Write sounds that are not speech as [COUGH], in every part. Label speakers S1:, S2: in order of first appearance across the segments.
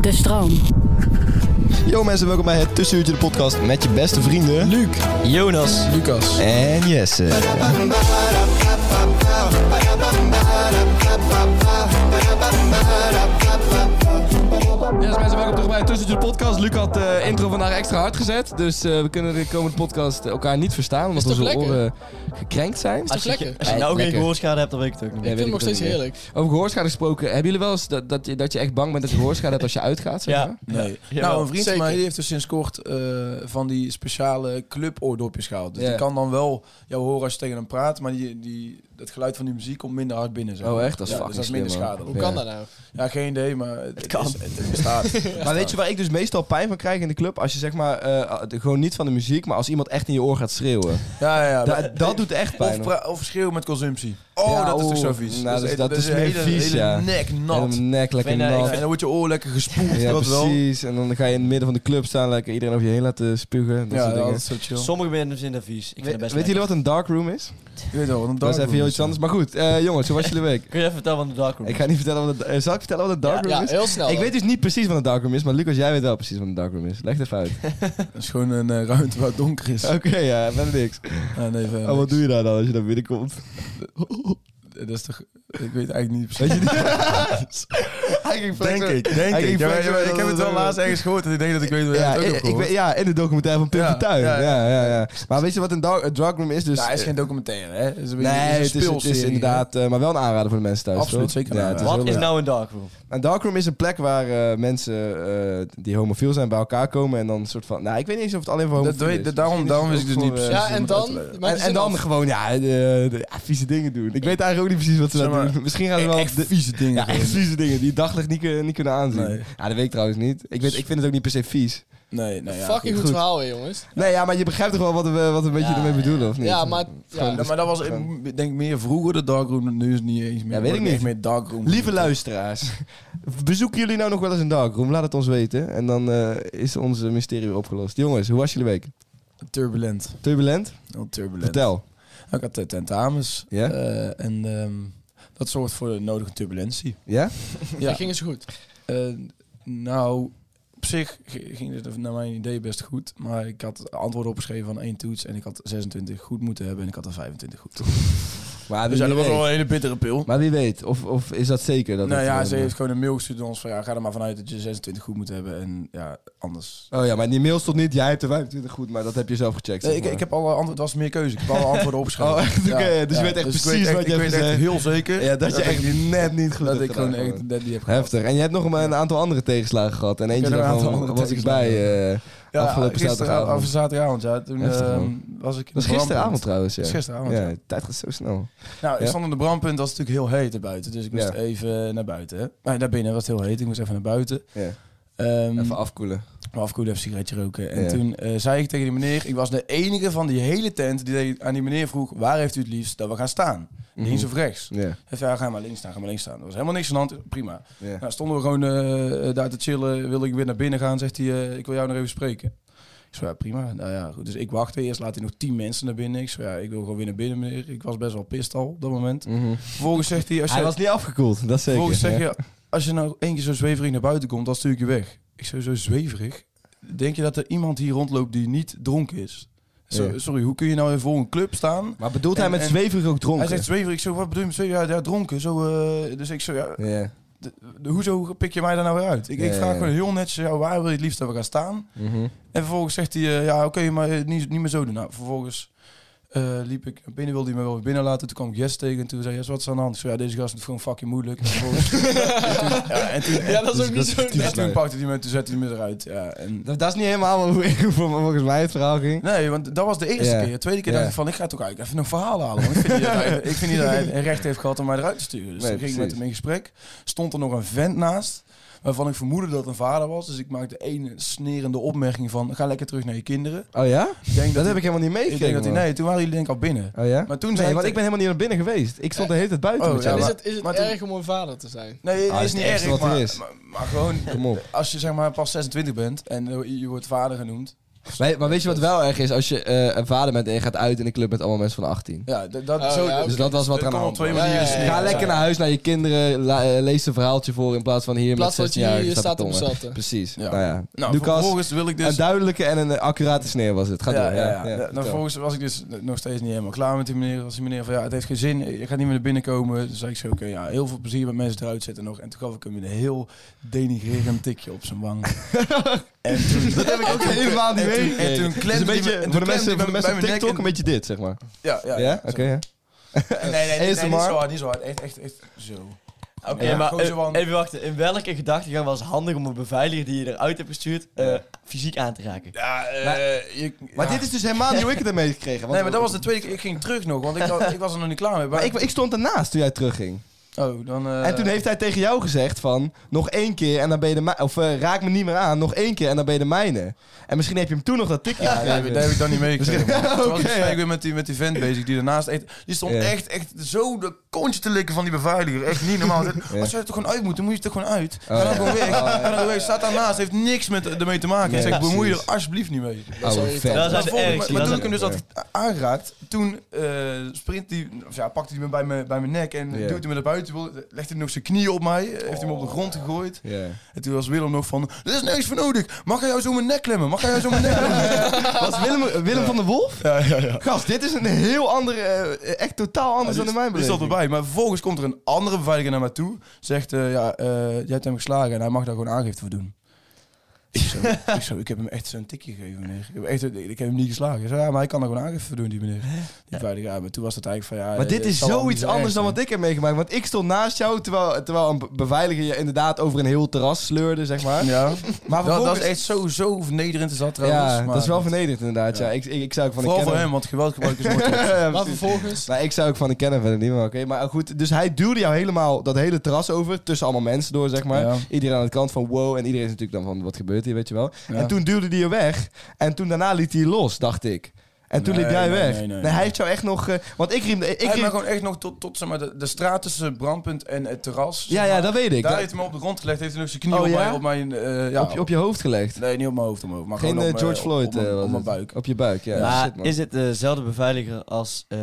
S1: De stroom.
S2: Yo mensen, welkom bij het Tussenuurtje de podcast met je beste vrienden... Luc, Jonas
S3: Lucas.
S2: en Jesse.
S3: Yes, mensen, welkom terug bij Tussen de Podcast. Luc had de intro vandaag extra hard gezet. Dus eh, we kunnen de komende podcast elkaar niet verstaan. Omdat
S4: toch
S3: onze
S4: lekker?
S3: oren gekrenkt zijn.
S4: Is toch lekker?
S2: Als je
S3: Ja,
S2: nou geen
S3: lekker.
S2: gehoorschade hebt, dan weet ik het ook niet.
S3: Ja,
S2: meer.
S4: Ik
S3: weet
S4: vind hem nog
S3: het
S4: steeds
S3: ook niet.
S4: heerlijk.
S3: Over gehoorschade gesproken. Hebben jullie wel eens dat, dat, je, dat je echt bang bent dat je gehoorschade hebt als je uitgaat? Zeg maar?
S2: Ja.
S5: Nee.
S2: Jawel.
S5: nou, een vriend van
S4: Zeker.
S5: mij die heeft dus sinds kort eh, van die speciale club-oordopjes gehaald. Dus
S3: Ja.
S5: die kan dan wel jou horen als je tegen hem praat, maar die, die, het geluid van die muziek komt minder hard binnen. Zeg.
S3: Oh, echt? Dat is
S5: ja,
S3: fucking
S5: dus dat is minder
S3: slim, man.
S5: schadelijk.
S4: Hoe kan
S3: Ja.
S4: dat nou?
S5: Ja, geen idee, maar het, het
S2: kan.
S5: Is, het, het
S3: [LAUGHS]
S5: bestaat.
S3: Maar weet je waar ik dus meestal pijn van krijg in de club? Als je zeg maar, eh, de- gewoon niet van de muziek, maar als iemand echt in je oor gaat schreeuwen.
S5: Ja, ja, ja.
S3: Da-
S5: maar-
S3: dat doet echt pijn.
S5: of,
S3: hoor.
S5: pra- of schreeuwen met consumptie. Oh,
S3: Ja,
S5: dat is toch zo
S3: oeh.
S5: vies?
S3: Nou, dus dat is
S5: een
S3: meer
S5: hele,
S3: vies,
S5: hele
S3: ja.
S5: nek nat.
S3: En nek lekker
S2: Ik vind-
S3: nat.
S5: En dan wordt je oor lekker gespoeld.
S3: Ja,
S5: dat wel.
S3: precies. En dan ga je in het midden van de club staan, lekker iedereen over je heen laten spugen. en [LAUGHS] Dat
S5: Ja,
S3: soort dingen.
S5: dat is zo chill.
S2: Sommige mensen vinden het vies. Ik vind
S3: We-
S2: het best
S3: Weet
S2: lekker.
S3: jullie wat een dark room is?
S5: Ik weet wel, want een
S3: Dat is even heel
S5: darkroom
S3: iets anders. Maar goed, eh, jongens, hoe was jullie
S5: [LAUGHS]
S3: week?
S2: Kun je even vertellen van de darkroom?
S3: Ik ga niet vertellen wat het, eh, zal ik vertellen wat een dark room
S4: Ja,
S3: is?
S4: heel snel.
S3: ik
S4: dan.
S3: weet dus niet precies wat een dark room is, maar Lucas, jij weet wel precies wat een dark room is. Leg het
S5: [LAUGHS]
S3: even uit.
S5: Dat is gewoon een eh, ruimte waar het donker is.
S3: Oké, ja, verder niks.
S5: Ja, nee, verder
S3: Oh, wat
S5: niks.
S3: doe je daar dan als je daar binnenkomt?
S5: Dat is toch... Ik weet eigenlijk niet precies.
S3: Weet je
S5: [LAUGHS]
S3: niet? Hij
S5: Denk
S3: ging flexen.
S5: ik, denk
S3: Hij
S5: ik.
S3: ging
S5: Ja, maar-
S3: flexen
S5: maar
S3: dat
S5: ik heb het wel laatst ergens gehoord en ik denk dat ik weet waar
S3: Ja,
S5: je het ook
S3: ik,
S5: hebt
S3: ik,
S5: gehoord.
S3: weet- ja, in de documentaire van Pim
S5: Ja,
S3: Fortuyn. Ja,
S5: ja, ja.
S3: ja, ja, Maar weet je wat een dark, een dark room is? Dus,
S5: Nou, het is geen documentaire, hè? Het is een
S3: Nee,
S5: beetje een
S3: het is, het
S5: speelserie,
S3: is
S5: hè?
S3: inderdaad, eh, maar wel een aanrader voor de mensen thuis.
S5: Absoluut,
S3: toch?
S5: zeker
S3: Ja,
S5: een
S3: het is
S5: aanrader.
S3: heel
S2: Wat is
S3: leuk.
S2: nou een darkroom?
S3: Een darkroom is een plek waar eh, mensen eh, die homofiel zijn bij elkaar komen en dan een soort van... Nou, ik weet niet eens of het alleen voor
S5: Dat
S3: homofiel
S5: weet-
S3: is.
S5: dat- daarom-
S3: Misschien
S5: daarom
S3: het
S5: is ik
S3: ook
S5: dus
S3: voor,
S5: niet
S3: eh,
S4: Ja, en dan? Maak
S3: en,
S4: je
S3: en
S4: zin
S3: dan
S4: af.
S3: gewoon, ja, de, de- ja, vieze dingen doen. Ik weet eigenlijk ook niet precies wat ze
S5: Zeg
S3: daar
S5: maar,
S3: doen. Misschien gaan ze wel...
S5: Echt
S3: de-
S5: vieze dingen.
S3: [LAUGHS] ja, echt
S5: gewoon.
S3: vieze dingen die het daglicht niet, kun- niet kunnen aanzien.
S5: Nee.
S3: Ja, dat weet ik trouwens niet. Ik, weet, ik vind het ook niet per se vies.
S5: Nee, nee, ja.
S4: Fucking goed,
S3: goed.
S4: verhaal, hè, jongens.
S3: Nee, ja, maar je begrijpt toch wel wat we, wat we een beetje
S4: Ja,
S3: ermee bedoelen, of niet?
S4: Ja, maar...
S3: Gewoon-
S4: Ja.
S5: Ja, maar dat was, ik denk meer vroeger de darkroom, nu is het niet eens meer.
S3: Ja, weet ik
S5: Wordt echt
S3: niet.
S5: meer darkroom.
S3: Lieve luisteraars, [LAUGHS] bezoeken jullie nou nog wel eens een darkroom? Laat het ons weten. En dan eh, is ons eh, mysterie weer opgelost. Jongens, hoe was jullie week?
S5: Turbulent.
S3: Turbulent?
S5: Heel turbulent.
S3: Vertel.
S5: Ik had eh, tentamens.
S3: Ja?
S5: eh, en ehm, dat zorgt voor de nodige turbulentie.
S3: [LAUGHS] Ja?
S4: Dat ging eens goed.
S5: Eh, nou, op zich g- ging het naar mijn idee best goed. Maar ik had antwoorden opgeschreven van één toets. En ik had 26 goed moeten hebben. En ik had er 25 goed.
S3: Maar
S5: Dus ja,
S3: wie,
S5: dat was
S3: weet.
S5: wel een hele bittere pil.
S3: maar wie weet, of, of is dat zeker? Dat
S5: nou
S3: het,
S5: ja,
S3: eh,
S5: ze heeft gewoon een mail gestuurd naar ons van... Ja, ga er maar vanuit dat je 26 goed moet hebben. En ja, anders...
S3: Oh ja, maar in die mail stond niet, jij hebt er 25 goed, maar dat heb je zelf gecheckt.
S5: Nee,
S3: zeg
S5: ik,
S3: maar.
S5: ik heb alle antwoorden... Het was meer keuze. Ik heb
S3: [LAUGHS]
S5: alle antwoorden opgeschreven.
S3: Oh, echt? Oké,
S5: Ja,
S3: dus je weet echt
S5: ik
S3: precies
S5: echt-
S3: wat je
S5: ik
S3: hebt
S5: weet echt
S3: gezegd.
S5: heel zeker
S3: Ja, dat je
S5: ik-
S3: echt net niet goed
S5: dat
S3: hebt
S5: ik gewoon
S3: gedaan,
S5: echt dat die heb gehad.
S3: Heftig. En je hebt nog maar een aantal andere tegenslagen gehad. En eentje
S5: heb een aantal
S3: daarvan
S5: andere
S3: was ik bij
S5: tegenslagen
S3: eh,
S5: Ja,
S3: afgelopen
S5: gisteren-
S3: zaterdagavond.
S5: Afgelopen zaterdagavond, ja. Toen
S3: Heftig,
S5: ehm,
S3: man.
S5: was ik... in
S3: Dat
S5: de
S3: is gisteravond
S5: brandpunt.
S3: trouwens, ja.
S5: Dat is gisteravond,
S3: Ja, de tijd gaat zo snel.
S5: Nou, ik
S3: Ja.
S5: stond aan de brandpunt, dat is natuurlijk heel heet erbuiten. Dus ik moest
S3: Ja.
S5: even naar buiten. Hè. Maar daar binnen was het heel heet, ik moest even naar buiten.
S3: Ja.
S5: Ehm,
S3: Even afkoelen.
S5: maar afkoelen, even een sigaretje roken. En
S3: Ja.
S5: toen eh, zei ik tegen die meneer, ik was de enige van die hele tent die tegen- aan die meneer vroeg, waar heeft u het liefst dat we gaan staan?
S3: Mhm.
S5: Links of rechts? Hij
S3: Ja.
S5: zei, ja, ga maar links staan, ga maar links staan. Er was helemaal niks aan de hand, prima.
S3: Ja.
S5: Nou, stonden we gewoon eh, daar te chillen, wilde ik weer naar binnen gaan, zegt hij, eh, ik wil jou nog even spreken. Ik zei, ja, prima. Nou ja, goed. Dus ik wachtte. Eerst laat hij nog tien mensen naar binnen. Ik zei, ja, ik wil gewoon weer naar binnen, meneer. Ik was best wel pist al op dat moment.
S3: Mhm.
S5: Vervolgens zegt hij... Als je,
S3: Hij was niet afgekoeld, dat zeker.
S5: vervolgens zeg
S3: Ja.
S5: je, als je nou één keer zo zweverig naar buiten komt, dan stuur ik je weg. Ik zei, zo zweverig? Denk je dat er iemand hier rondloopt die niet dronken is? Zo,
S3: Ja.
S5: Sorry, hoe kun je nou voor een club staan?
S3: Maar bedoelt hij
S5: En-
S3: met
S5: en-
S3: zweverig ook dronken?
S5: Hij zegt zweverig. Ik zo, wat bedoel je met zweverig? Ja, ja, dronken. Zo, eh, dus ik zo, ja,
S3: Ja.
S5: de- de- hoezo pik je mij daar nou weer uit? Ik,
S3: Ja,
S5: ik
S3: ja,
S5: vraag
S3: ja.
S5: gewoon heel netjes, ja, waar wil je het liefst dat we gaan staan?
S3: Mhm.
S5: En vervolgens zegt hij, eh, ja oké, maar eh, niet, niet meer zo doen. Nou, vervolgens eh, liep ik naar binnen, wilde hij me wel weer binnen laten. Toen kwam ik Jess tegen en toen zei Jess, wat is er aan de hand? Ik zei, ja, deze gast is gewoon fucking moeilijk. En
S4: [LAUGHS]
S5: vervolgens- ja, en toen,
S4: Ja, dat
S3: Dus
S4: is ook
S3: dat
S4: niet
S3: is
S4: zo...
S3: typisch
S5: en toen
S3: mij.
S5: pakte hij me en toen zette hij me eruit. Ja, en,
S6: Dat, dat is niet helemaal
S3: [LAUGHS]
S6: hoe ik, hoe volgens mij het verhaal ging.
S5: nee, want dat was de eerste
S3: Ja.
S5: keer. De tweede keer
S3: Ja.
S5: dacht ik van, ik ga toch eigenlijk even een verhaal halen. Want ik vind niet dat hij, ik vind niet dat hij een recht heeft gehad om mij eruit te sturen. Dus
S3: Nee,
S5: toen ging ik met
S3: precies.
S5: hem in gesprek. Stond er nog een vent naast, waarvan ik vermoedde dat het een vader was. Dus ik maakte één snerende opmerking van, ga lekker terug naar je kinderen.
S3: Oh ja?
S5: Ik denk
S3: Dat
S5: dat,
S3: heb ik helemaal niet
S5: ik denk
S3: meegekregen.
S5: dat hij, nee, toen waren jullie denk ik al binnen.
S3: man. Oh ja?
S5: Maar toen
S3: Nee,
S5: zei
S3: want
S5: ik
S3: ik ben helemaal niet naar binnen geweest. Ik stond de hele tijd buiten
S5: Oh,
S3: met
S5: ja,
S3: jou.
S5: maar-
S4: is het, is het
S5: maar toen-
S4: erg om een vader te zijn?
S5: Nee,
S3: Ah,
S5: het
S3: het
S5: is
S3: is
S5: niet
S3: het ergste
S5: erg,
S3: wat er
S5: maar,
S3: is.
S5: maar, maar gewoon
S3: [LAUGHS] Kom op.
S5: als je zeg maar pas 26 bent en eh, je wordt vader genoemd.
S3: Maar, maar weet je wat wel erg is? Als je eh, een vader bent en je gaat uit in een club met allemaal mensen van 18.
S5: Ja, d- dat
S4: Oh,
S5: zo,
S4: ja,
S3: Dus
S4: oké.
S3: dat was wat er aan de
S5: kan op
S3: hand
S5: twee
S3: was.
S5: manieren.
S4: Ja, ja, ja, ja.
S3: Ga lekker naar huis, naar je kinderen. la- eh, lees een verhaaltje voor in plaats van hier
S4: In plaats
S3: met
S4: dat
S3: 16 jaar.
S4: je je staat om zaten.
S3: Precies.
S5: Ja.
S3: Nou ja.
S5: Nou,
S3: Lucas,
S5: vervolgens wil ik
S3: een
S5: dus.
S3: duidelijke en een accurate sneer was het. Ga
S5: ja,
S3: door.
S5: ja, ja.
S3: ja,
S5: Nou,
S3: vertel.
S5: vervolgens was ik dus nog steeds niet helemaal klaar met die meneer. Als die meneer van ja, het heeft geen zin, je gaat niet meer naar binnen komen. Dus zei ik zo, oké, ja, heel veel plezier met mensen eruit zetten nog. En toen gaf ik hem een heel denigrerend tikje op zijn
S3: [LAUGHS]
S5: wang. en toen, dat heb ik ook
S3: Helemaal niet
S5: en toen-
S3: meegekregen.
S5: en toen
S3: Dus
S5: klemde
S3: een beetje-
S5: die me- en toen
S3: Voor de
S5: klemde die
S3: mensen voor de
S5: me
S3: mensen op
S5: bij mijn nek
S3: TikTok een
S5: en-
S3: beetje dit, zeg maar.
S5: Ja, ja,
S3: Ja? Oké, ja.
S5: Nee, nee, nee, nee,
S3: ASMR?
S5: niet zo hard, niet zo hard. Echt, echt, echt zo. Oké,
S2: Hey, maar,
S5: gewoon zo van-
S2: eh, even wachten, in welke gedachtegang was het handig om een beveiliger die je eruit hebt gestuurd eh, fysiek aan te raken?
S5: Ja, eh, je,
S3: Maar
S5: ja.
S3: dit is dus helemaal niet hoe ik het heb meegekregen. want-
S5: Nee, maar dat was de tweede keer. Ik ging terug nog, want ik, dacht- ik was er nog niet klaar mee.
S3: Maar ik, ik stond ernaast toen jij terugging.
S5: oh, dan, eh,
S3: En toen heeft hij tegen jou gezegd van, nog één keer en dan ben je de mij- Of eh, raak me niet meer aan, nog één keer en dan ben je de mijne. En misschien heb je hem toen nog dat tikje
S5: Ja,
S3: gegeven.
S5: daar heb ik- daar heb ik dan
S3: [LAUGHS]
S5: niet mee gekregen.
S3: Misschien-
S5: man. Toen was ik
S3: Oké,
S5: waarschijnlijk weer
S3: ja.
S5: met die, met die vent bezig die daarnaast echt... Die stond
S3: Ja.
S5: echt, echt zo de kontje te likken van die beveiliger. Echt niet normaal.
S3: Ja.
S5: Als jij er toch gewoon uit moet, dan moet je er toch gewoon uit. Ga
S3: Oh,
S5: dan
S3: ja.
S5: gewoon weg.
S3: Oh, ja.
S5: Ga dan weg. Staat daarnaast. Heeft niks met, ermee te maken.
S3: Nee,
S5: en zeg, bemoei je er
S3: precies.
S5: alsjeblieft niet mee.
S4: Dat is wel
S3: Oude
S4: irritant.
S3: vent.
S2: Dat is
S5: Maar
S2: het
S5: volgende-
S2: ergste,
S5: Maar
S2: dat
S5: toen
S2: is
S5: ik hem dus
S3: het
S5: had aangeraakt, toen eh, sprint die, of ja, pakte hij me bij mijn, bij mijn nek en
S3: Ja.
S5: duwt hij me naar buiten. wil- Legde hij nog zijn knieën op mij, eh, heeft hij me op de grond gegooid.
S3: Ja.
S5: En toen was Willem nog van, er is niks voor nodig. Mag hij jou zo mijn nek klemmen? Mag hij jou zo mijn
S3: [LAUGHS]
S5: nek klemmen?
S3: Was
S2: eh,
S3: Willem, Willem van der Wolf?
S5: ja, ja, ja.
S3: Gast, dit is een heel andere, eh, echt totaal anders dan in mijn
S5: Die stond
S3: beleving.
S5: Dus- erbij. Maar vervolgens komt er een andere beveiliger naar mij toe. Zegt, eh, ja, eh, jij hebt hem geslagen en hij mag daar gewoon aangifte voor doen. Ik,
S3: [LAUGHS]
S5: zo, ik, zo, ik heb hem echt zo'n tikje gegeven, meneer. Ik heb, echt, ik heb hem niet geslagen. Ik zei, ja, maar hij kan er gewoon aangifte voor doen, die meneer. Die beveiliger. Ja, maar toen was het eigenlijk van, ja... eh,
S3: Maar dit
S5: het
S3: is
S5: zal wel
S3: zoiets
S5: niet zo erg
S3: anders dan
S5: zijn.
S3: wat ik heb meegemaakt. Want ik stond naast jou, terwijl, terwijl een be- beveiliger je inderdaad over een heel terras sleurde, zeg [LAUGHS] maar.
S5: Ja,
S3: Maar
S5: dat, dat
S3: vervolgens-
S5: is echt zo, zo vernederend is dat trouwens.
S3: Ja,
S5: maar-
S3: dat is wel vernederend inderdaad. Ja.
S5: Ja.
S3: Ik, ik, ik zou ook van
S5: Vooral
S3: een
S5: voor
S3: kenner...
S5: hem, want geweldgebruik is nooit goed.
S3: Ja,
S4: Maar
S3: precies.
S4: vervolgens...
S3: Nou, ik zou ook van de kennen verder niet, maar oké. Maar goed, dus hij duwde jou helemaal dat hele terras over, tussen allemaal mensen door, zeg maar.
S5: Ja.
S3: Iedereen aan de kant van wow, en iedereen is natuurlijk dan van, wat gebeurt hier, weet je wel.
S5: Ja.
S3: En toen duwde hij je weg, en toen daarna liet hij je los, dacht ik. En toen
S5: Nee,
S3: liep jij
S5: nee,
S3: weg.
S5: nee, nee,
S3: hij
S5: nee.
S3: heeft jou echt nog... eh, want ik riem... [LAUGHS] Ik
S5: Ik heb
S3: riem-
S5: me gewoon echt nog tot, tot zeg maar, de, de straat tussen het brandpunt en het terras.
S3: ja, ja, dat weet ik.
S5: Daar
S3: Dat-
S5: heeft hij me op de grond gelegd. Heeft hij nog zijn knie
S3: Oh,
S5: op,
S3: ja?
S5: mijn, op mijn... eh, ja,
S3: op, je, op je hoofd gelegd.
S5: Nee, niet op mijn hoofd omhoog. Maar
S3: Geen
S5: gewoon
S3: eh,
S5: op mijn-
S3: George Floyd.
S5: Op, mijn-
S3: eh, was
S5: op mijn
S3: het.
S5: buik.
S3: Op je buik, ja.
S2: maar
S3: Shit, man.
S2: is het eh, dezelfde beveiliger als eh,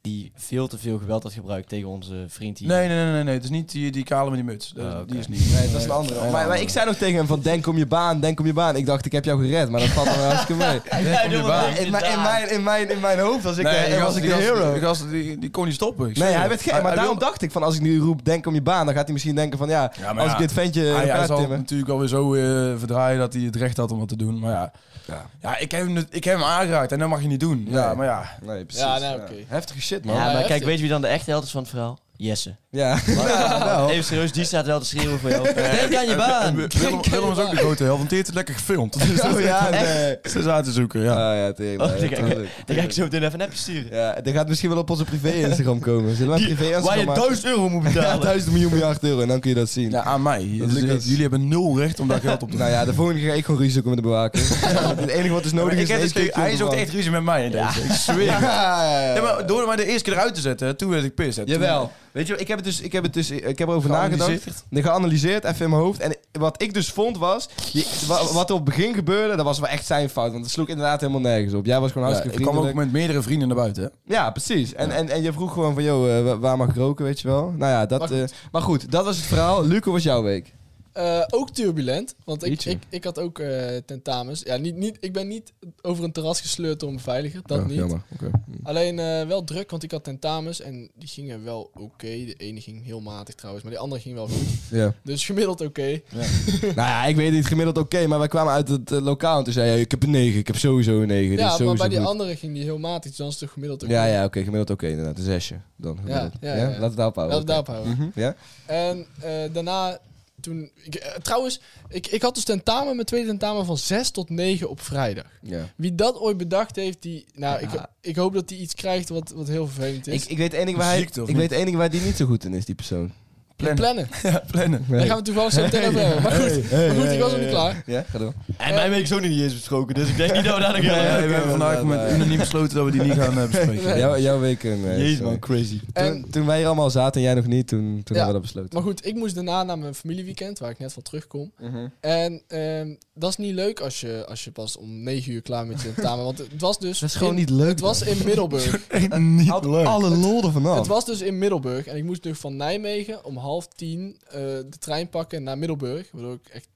S2: die veel te veel geweld had gebruikt tegen onze vriend hier?
S5: Nee, nee, nee, nee, nee. Het is niet die, die kale met die muts. Dat-
S2: Ah, oké.
S5: Die is niet.
S3: Nee, dat is een andere. Maar, maar ik zei nog tegen hem van, denk om je baan, denk om je baan. Ik dacht, ik heb jou gered, maar dat valt me hartstikke mee.
S5: [LAUGHS]
S2: Ja,
S5: je
S2: doe
S5: baan.
S2: maar.
S3: In, mijn- in, mijn, in, mijn, in mijn hoofd was ik, eh,
S5: die
S3: was
S5: gast-
S3: ik
S5: die
S3: de
S5: gast-
S3: hero.
S5: Die gast, die, die kon niet stoppen. ik
S3: Nee,
S5: zweer
S3: hij
S5: je.
S3: werd gek. Maar
S5: hij
S3: daarom
S5: wil-
S3: dacht ik van, als ik nu roep, denk om je baan, dan gaat hij misschien denken van, ja,
S5: Ja, maar
S3: als
S5: Ah, ja,
S3: ik dit ventje in
S5: hij, hij
S3: elkaar
S5: zal
S3: timmer.
S5: natuurlijk alweer zo eh, verdraaien dat hij het recht had om dat te doen. Maar ja,
S3: Ja.
S5: ja. ik, heb hem, ik heb hem aangeraakt en dat mag je niet doen. Ja,
S3: Nee.
S5: maar ja.
S3: Nee, precies.
S4: Ja, nee, oké.
S3: Heftige shit, man.
S2: Ja,
S3: Ja,
S2: maar kijk,
S4: heftig.
S2: weet je wie dan de echte held is van het verhaal? Jesse.
S3: [LAUGHS] Ja, nou. wel.
S5: [LAUGHS]
S2: nou. Even serieus, die staat wel te schreeuwen
S3: [LAUGHS]
S2: voor jou. eh. Denk aan je
S5: En
S2: baan!
S5: Willem, Willem is ook de grote helft, want die heeft het lekker gefilmd. Dus dat
S3: Oh,
S5: is
S3: ja,
S5: echt-
S3: nee.
S5: [LAUGHS] Ze is aan te zoeken, ja.
S3: Oh, ja, tegen
S2: Oh,
S3: mij,
S2: die kijk-
S3: tuurlijk.
S2: Dan ga ik zo meteen even een appje sturen.
S3: Ja, die gaat misschien wel op onze
S5: [LAUGHS]
S3: privé-Instagram komen. Zullen we een
S2: Die- Waar je
S3: privé-Instagram maken?
S2: 1000 euro moet
S3: Ja, [LAUGHS]
S2: betalen.
S3: 1000 miljoen miljard euro en dan kun je dat zien.
S5: ja, aan mij.
S3: Dat
S5: Dus,
S3: Lucas-
S5: eh, jullie hebben nul recht om daar geld op te
S3: Nou ja, de volgende keer ga ik gewoon ruzie zoeken met de
S5: [LAUGHS]
S3: bewaker. het enige wat is nodig
S5: Ik
S3: is...
S5: heb
S3: een
S5: dus geen-
S3: steekje op
S5: hij
S3: de
S5: is ook
S3: wang.
S5: echt ruzie met mij in deze. Ik zweer.
S3: Ja,
S5: het.
S3: ja, ja.
S5: Ja, maar door mij de eerste keer eruit te zetten, toen werd ik pissed. Toen-
S3: Jawel. eh, Weet je, ik heb, het dus, ik heb, het dus, ik heb erover nagedacht.
S5: Geanalyseerd.
S3: Nee, Geanalyseerd, even in mijn hoofd. En wat ik dus vond was, je- wa- wat er op het begin gebeurde, dat was wel echt zijn fout. Want het sloeg inderdaad helemaal nergens op. Jij was gewoon
S5: Ja,
S3: hartstikke
S5: ik kwam ook
S3: vriendelijk.
S5: met meerdere vrienden naar buiten. hè.
S3: Ja, precies. En, En, en je vroeg gewoon van, joh, eh, wa- waar mag ik roken, weet je wel? Nou ja, dat... eh, maar goed, dat was het verhaal. Luco was jouw week.
S4: Eh, ook turbulent, want ik,
S3: Jeetje.
S4: ik, ik had ook eh, tentamens. Ja, niet, niet, ik ben niet over een terras gesleurd door een beveiliger, dat
S3: Ja,
S4: niet.
S3: Jammer. Oké.
S4: Alleen eh, wel druk, want ik had tentamens en die gingen wel oké. De ene ging heel matig trouwens, maar die andere ging wel goed.
S3: Ja.
S4: Dus gemiddeld oké.
S3: [LAUGHS] nou ja, ik weet niet gemiddeld oké, maar wij kwamen uit het eh, lokaal en toen zei hij, ik heb een 9, ik heb sowieso een 9.
S4: Ja,
S3: dit is
S4: maar
S3: sowieso
S4: bij die
S3: goed.
S4: andere ging die heel matig, dus dan is het toch gemiddeld oké.
S3: Ja, ja, oké, gemiddeld oké inderdaad. Een zesje dan. gemiddeld.
S4: ja, ja.
S3: Laten we het daarop houden.
S4: Laten we daarop houden.
S3: Mhm, Ja?
S4: En eh, daarna, toen... Ik, eh, trouwens, ik, ik had dus tentamen, mijn tweede tentamen van 6 tot 9 op vrijdag.
S3: Ja.
S4: Wie dat ooit bedacht heeft, die... Nou, ik,
S3: Ja.
S4: ik hoop dat die iets krijgt wat, wat heel vervelend is.
S3: Ik, ik weet enig waar hij,
S5: Ziekte, of
S3: ik
S5: niet?
S3: weet het enige waar die niet zo goed in is, die persoon.
S4: plannen. plannen.
S5: [LAUGHS] Ja, plannen.
S4: Daar gaan we toevallig zo meteen over hebben. Maar goed, maar goed ik was nog niet klaar.
S3: Ja, ga door.
S2: En mijn week zo niet eens besproken, dus ik denk
S3: [LAUGHS]
S2: niet dat we daar nog
S5: Ja, we hebben vandaag
S3: inderdaad,
S5: met
S3: eh.
S5: unaniem besloten dat we die niet gaan eh, bespreken.
S3: Jouw, jouw week een... eh,
S2: Jezus
S3: sorry.
S2: man, crazy.
S4: En,
S3: Toen, toen wij hier allemaal zaten en jij nog niet, toen, toen
S4: Ja.
S3: hebben we dat besloten.
S4: maar goed, ik moest daarna naar mijn familieweekend, waar ik net van terugkom. En ehm, dat is niet leuk als je, als je pas om 9 uur klaar met je tentamen... Want het was dus...
S3: Dat is gewoon
S4: in-
S3: niet leuk.
S4: Het was in
S3: [LAUGHS]
S4: Middelburg.
S3: niet alle lol ervan af.
S4: Het was dus in Middelburg en ik moest nu van Nijmegen om half tien eh, de trein pakken naar Middelburg. Waardoor ik echt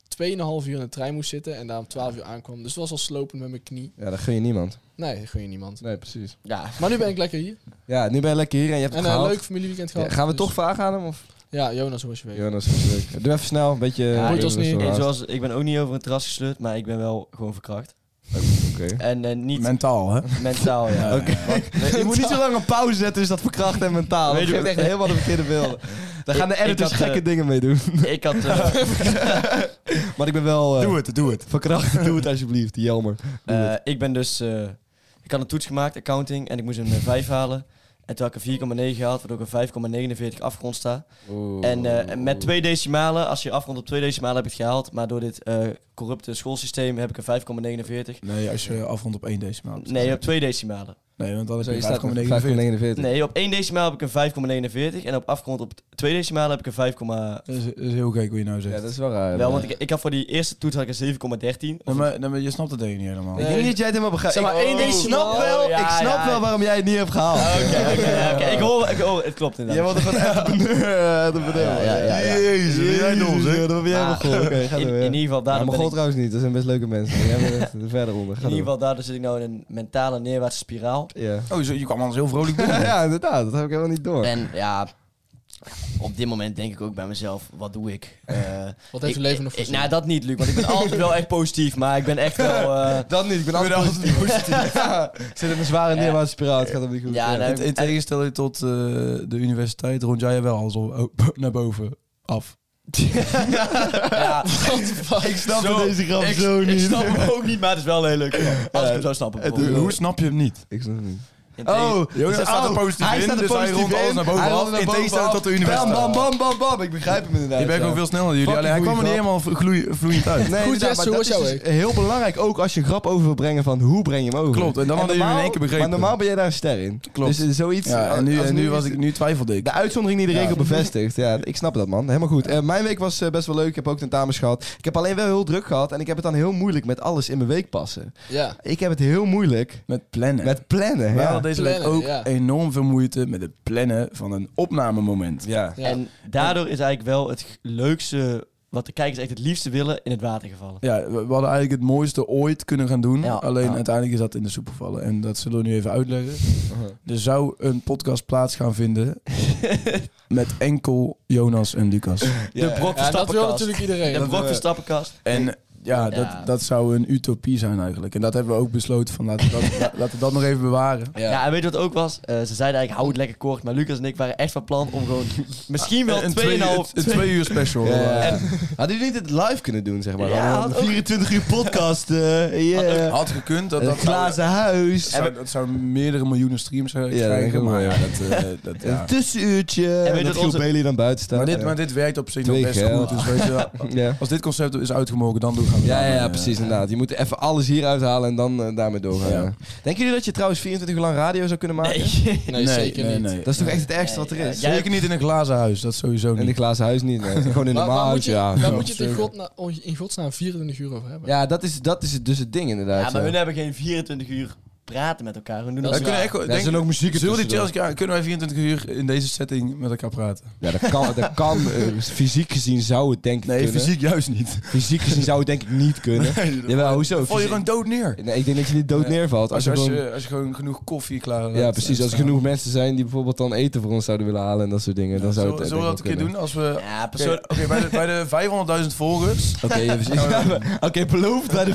S4: 2,5 uur in de trein moest zitten en daar om 12 uur aankwam. Dus het was al slopend met mijn knie.
S3: Ja, dat gun je niemand.
S4: Nee, dat gun je niemand.
S3: Nee, precies.
S2: Ja,
S4: Maar nu ben ik lekker hier.
S3: Ja, nu ben je lekker hier en je hebt
S4: En
S3: het
S4: eh, een
S3: gehaald.
S4: leuk familieweekend
S3: Ja,
S4: gehad.
S3: gaan we
S4: dus-
S3: toch vragen aan hem? Of?
S4: Ja, Jonas, zoals je weet.
S3: Jonas, leuk. doe even snel, een beetje... eh,
S2: Ja,
S4: Moet ons
S3: dat is
S4: niet-
S3: wel
S2: en
S3: haast.
S2: zoals, ik ben ook niet over een terras gesleurd, maar ik ben wel gewoon verkracht.
S3: Oké.
S2: En eh, niet
S5: Mentaal, hè?
S2: [LAUGHS] mentaal, ja.
S3: [LAUGHS]
S5: Ja, ja.
S3: je moet niet zo lang op pauze zetten, dus dat verkracht en mentaal.
S2: Weet
S3: Dat
S2: je
S3: geeft
S2: wat-
S3: echt helemaal de verkeerde beelden. Daar gaan de
S2: Ik- ik
S3: editors
S2: had, eh,
S3: gekke dingen mee doen.
S2: Ik had... eh,
S3: [LAUGHS] Maar ik ben wel... eh,
S5: het, doe het.
S3: Verkracht, doe het alsjeblieft, jammer. Doe
S2: Eh, ik ben dus... eh, ik had een toets gemaakt, accounting, en ik moest een eh, 5 halen. En toen had ik een 4,9 gehaald, waardoor ik een 5,49 afgrond sta. En eh, en met twee decimalen, als je afrondt op twee decimalen, heb ik het gehaald. Maar door dit eh, corrupte schoolsysteem heb ik een 5,49.
S5: Nee, als je afrondt op één decimaal.
S2: Nee, op twee decimalen.
S5: Nee, want dan
S3: Zo, je
S5: is
S3: staat
S5: het
S3: met
S5: 5,49.
S3: 5,49.
S2: Nee, op één decimaal heb ik een 5,49. En op afgrond op twee decimalen heb ik een 5, komma-
S5: Dat is, dat is heel gek hoe je nou
S3: Ja,
S5: zegt.
S3: dat is wel raar. eh.
S2: Wel, want ik, ik had voor die eerste toets had ik een 7,13.
S5: Nee, maar, nee, maar je snapt het denk ik niet helemaal. [LAUGHS]
S3: Ik denk niet dat jij het helemaal begrijpt.
S4: Zeg maar,
S3: Ik-
S4: één
S3: ik
S4: decimaal.
S3: snap wel,
S2: Ja,
S3: ik snap
S2: ja.
S3: wel waarom jij het niet hebt gehaald.
S2: Oh, Oké, oké,
S3: [LAUGHS]
S2: oké. Ik hoor, ik hoor, het klopt
S3: Jij
S2: inderdaad.
S3: wordt er gewoon echt een benul- een benul.
S2: Ja, ja, ja, ja.
S3: Jezus,
S5: ben jij dol, zeg. Ah.
S3: joh, Dat ben jij
S2: Maar
S3: begonnen. Oké, ga
S2: in,
S3: door. ja.
S2: in ieder geval,
S3: Ja,
S2: daarom
S3: maar
S2: ben
S3: God
S2: ik,
S3: trouwens niet, dat zijn best leuke mensen. Jij bent echt [LAUGHS] verder onder. Ga
S2: in ieder
S3: door.
S2: geval, daardoor zit ik nou in een mentale neerwaartse spiraal.
S3: Ja. [LAUGHS]
S5: Oh, zo- je kwam anders heel vrolijk binnen.
S3: ja, inderdaad, dat heb ik helemaal niet door.
S2: En ja, op dit moment denk ik ook bij mezelf, wat doe ik? Eh,
S4: Wat heeft
S2: ik-
S4: uw leven nog
S2: ik-
S4: voor
S2: Nou, dat niet, Luc,
S4: [LAUGHS]
S2: want ik ben altijd wel echt positief, maar ik ben echt wel... eh,
S3: Dat niet, ik ben altijd positief. [LAUGHS] Ja, Ik zit in een zware
S2: Ja.
S3: neerwaartse spiraal, het gaat hem niet goed.
S2: Ja, nou,
S5: In, in tegenstelling tot eh, de universiteit rond jij wel al zo oh, [LAUGHS] naar boven af.
S2: ja,
S3: Ik snap
S2: Zo,
S3: deze grap
S2: ik,
S3: zo
S2: ik
S3: niet.
S2: snap hem ook niet, maar het is wel een heel leuk. grap. Als ik hem zou snappen.
S5: Hoe,
S2: bijvoorbeeld.
S5: hoe snap je hem niet?
S3: Ik snap het niet.
S2: In tegen-
S3: Oh,
S5: Jonas staat er positief
S3: hij
S5: in,
S3: staat er
S5: dus hij
S3: positief
S5: rondt alles
S3: in.
S5: naar bovenaf.
S3: Hij rondt naar
S5: In tegenstelling
S3: bovenaf.
S5: tot de universiteit.
S3: Bam, bam, bam, bam, bam. Ik begrijp hem inderdaad.
S5: Ik ben
S3: ja.
S5: gewoon veel sneller dan jullie.
S3: Fucking
S5: Alleen hij kwam er niet
S3: goeie
S5: helemaal gloei- vloeiend uit.
S3: Nee,
S4: Goed,
S3: inderdaad,
S4: Jesse,
S3: maar dat
S4: hoe was
S3: is
S4: jouw
S3: dus heel belangrijk ook als je een grap over wil brengen van hoe breng je hem over.
S5: Klopt, en dan hadden jullie in één keer begrepen.
S3: Maar normaal ben jij daar een ster in.
S5: Klopt.
S3: Dus eh,
S5: [LAUGHS]
S3: zoiets...
S5: Ja, en nu,
S3: als
S5: en nu,
S3: iets-
S5: was ik, nu twijfelde ik.
S3: De uitzondering die de
S5: Ja.
S3: regel bevestigt. Ja, ik snap dat, man. Helemaal goed. Eh, mijn week was eh, best wel leuk. Ik heb ook tentamens gehad. Ik heb alleen wel heel druk gehad. En ik heb het dan heel moeilijk met alles in mijn week passen.
S4: Ja.
S3: Ik heb het heel moeilijk
S5: Met plannen.
S3: met plannen.
S5: We
S3: Ja.
S5: hadden deze week
S4: Plannen,
S5: ook
S4: ja.
S5: enorm veel moeite met het plannen van een opnamemoment.
S3: ja.
S4: ja.
S2: En daardoor is eigenlijk wel het g- leukste, wat de kijkers echt het liefste willen, in het water gevallen.
S5: Ja, we we hadden eigenlijk het mooiste ooit kunnen gaan doen.
S2: Ja.
S5: Alleen
S2: Ja.
S5: uiteindelijk is dat in de soep gevallen. En dat zullen we nu even uitleggen. [LAUGHS] Er zou een podcast plaats gaan vinden met enkel Jonas en Lucas.
S2: De brok
S4: Ja, dat wil
S2: verstappenkast.
S4: natuurlijk iedereen.
S2: De brok
S3: we-
S2: verstappenkast.
S5: En ja,
S2: Ja.
S5: dat, dat zou een utopie zijn eigenlijk. En dat hebben we ook besloten van laten we dat, la- laten we dat nog even bewaren.
S2: Ja. en weet je wat ook was? Eh, ze zeiden eigenlijk, hou het lekker kort. Maar Lucas en ik waren echt van plan om
S4: [LAUGHS]
S2: gewoon misschien wel 2,5...
S5: een, twee, een, een twee uur special.
S3: Ja.
S5: eh,
S3: Hadden jullie niet het live kunnen doen, zeg maar?
S2: Ja,
S3: Hadden we
S2: had
S3: een
S2: ook-
S3: 24 uur podcast. eh, yeah.
S5: Had gekund. Dat,
S3: [LAUGHS] Het
S5: dat, zou,
S3: glazen huis.
S5: dat zou- dat zou meerdere miljoenen streams eh,
S3: Ja, dat denk ik
S5: krijgen. Maar
S3: ook.
S5: ja, dat, eh, dat, ja.
S3: [LAUGHS] Een tussenuurtje. En
S2: je
S3: dat
S2: dat
S3: Giel
S2: onze-
S3: Bailey dan buiten staat.
S5: Maar dit,
S3: Ja.
S5: maar dit werkt op zich nog
S3: Twee
S5: best
S3: geld.
S5: goed. Dus weet je,
S3: [LAUGHS]
S5: wel,
S3: ja.
S5: als dit concept is uitgemolken, dan doen gaan we
S3: Ja,
S5: dat,
S3: ja, ja,
S5: eh,
S3: precies, inderdaad. Je moet even alles hier uithalen en dan eh, daarmee doorgaan.
S5: Ja.
S3: ja. Denken jullie dat je trouwens 24 uur lang radio zou kunnen
S4: [LAUGHS]
S3: maken?
S2: Nee.
S4: Nee, zeker niet.
S3: Dat is toch echt het ergste wat er
S2: Nee,
S3: is?
S2: ja. Jij-
S5: Zeker niet in een glazen huis, dat sowieso
S3: In
S5: niet.
S3: een glazen huis niet, nee. Gewoon in
S4: Waar,
S3: een
S4: waar moet
S3: maand,
S4: je,
S3: ja.
S4: waar moet je het in,
S5: zeker.
S4: godna- in godsnaam 24 uur over hebben?
S3: Ja, dat is, dat is dus het ding
S2: Ja,
S3: inderdaad.
S2: maar
S3: ja.
S2: hun hebben geen 24 uur praten met elkaar. Hoe doen
S4: Dat
S2: dat?
S4: is
S5: We
S2: elkaar?
S5: kunnen echt,
S3: Daar
S5: denk,
S3: zijn ook muzieken
S5: zullen we die
S3: tussendoor.
S5: challenge aan? Kunnen wij 24 uur in deze setting met elkaar praten?
S3: Ja, dat kan. Dat kan eh, fysiek gezien zou het denk ik
S5: Nee,
S3: kunnen.
S5: fysiek juist niet.
S3: Fysiek gezien zou het denk ik niet kunnen. Jawel, hoezo?
S5: [LAUGHS] Val je
S3: Fysiek-
S5: gewoon dood neer.
S3: Nee, ik denk dat je niet dood
S5: Nee.
S3: neervalt. Als
S5: Als,
S3: je
S5: als,
S3: gewoon...
S5: je, als je gewoon genoeg koffie klaar hebt.
S3: Ja, precies. Als er genoeg mensen zijn die bijvoorbeeld dan eten voor ons zouden willen halen en dat soort dingen, dan zou het
S5: Zullen zullen we dat een keer doen als we...
S2: Ja,
S5: Oké,
S2: persoonlijk.
S5: oké, bij de- bij
S3: [LAUGHS]
S5: de 500.000 volgers
S3: Oké, ja, precies. [LAUGHS] Oké, beloofd. Bij
S5: [LAUGHS]
S3: de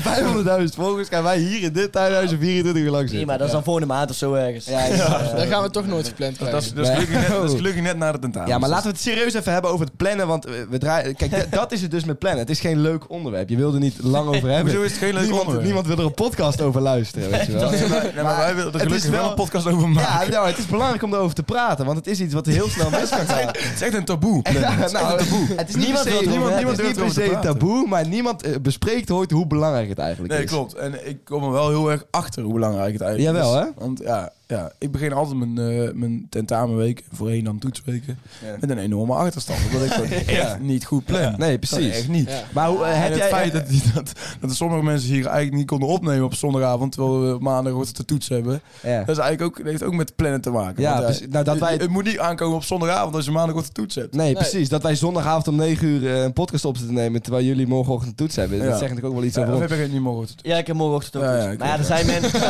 S3: 500.000 volgers gaan wij hier in dit tuinhuis om 24 uur lang
S2: Prima,
S3: zitten.
S2: dat is dan volgende maand of zo ergens. Ja,
S4: Dat gaan we toch nooit gepland krijgen.
S5: Dat is, dat, is gelukkig net, dat is gelukkig net na de tentamen.
S3: Oh. Ja, maar laten we het serieus even hebben over het plannen, want eh, we draaien... Kijk, d- dat is het dus met plannen. Het is geen leuk onderwerp. Je wil er niet lang over hebben.
S5: [LAUGHS] Hoezo is het geen leuk
S3: niemand,
S5: onderwerp?
S3: niemand wil er een podcast over luisteren,
S5: [LAUGHS]
S3: weet je wel.
S5: Nee,
S3: [LAUGHS]
S5: maar, nee, maar wij willen er
S3: het is
S5: gelukkig wel
S3: wel-
S5: een podcast over maken.
S3: Ja, nou, het is belangrijk om erover te praten, want het is iets wat heel snel mis
S5: [LAUGHS]
S3: kan gaan.
S5: Het is echt een taboe.
S3: Ja, [LAUGHS] nou, het is niet
S2: Niemand
S3: per se,
S2: wil
S3: niemand,
S2: het
S3: niemand
S2: erover
S5: hebben.
S3: niet per se
S5: Durft
S3: een
S5: erover te
S3: taboe, maar niemand eh, bespreekt ooit hoe belangrijk het eigenlijk
S5: Nee,
S3: is.
S5: klopt. En ik kom er wel heel erg achter hoe belangrijk het eigenlijk
S3: Jawel,
S5: is.
S3: hè?
S5: Want ja, ja, ik begin altijd mijn, eh, mijn tentamenweek, voorheen dan toetsweken, met een enorme achterstand. Omdat ik dat echt niet goed plan.
S3: Nee,
S5: Dat
S3: precies.
S5: echt niet.
S4: Ja.
S3: Maar hoe, eh,
S5: En
S3: heb
S5: het
S3: jij...
S5: feit dat, die- dat, dat er sommige mensen hier eigenlijk niet konden opnemen op zondagavond, terwijl we op maandagochtend de toets hebben,
S3: Ja.
S5: dat, is eigenlijk ook, dat heeft ook met het plannen te maken.
S3: Ja,
S5: Want, eh,
S3: precies. Nou, dat
S5: het-
S3: wij-
S5: Het moet niet aankomen op zondagavond als je maandagochtend toets hebt.
S3: Nee, precies. Dat wij zondagavond om 9 uur eh, een podcast op zitten nemen, terwijl jullie morgenochtend toets hebben.
S5: Ja.
S3: Dat zegt natuurlijk ook wel iets
S5: Ja,
S3: over
S5: of
S3: ons.
S5: heb ik het niet mogelijk
S2: Ja, ik heb morgenochtend ook
S5: Ja,
S2: iets.
S5: ja, ik
S2: maar, ja,
S5: ook,
S2: er
S5: ja.
S2: zijn mensen,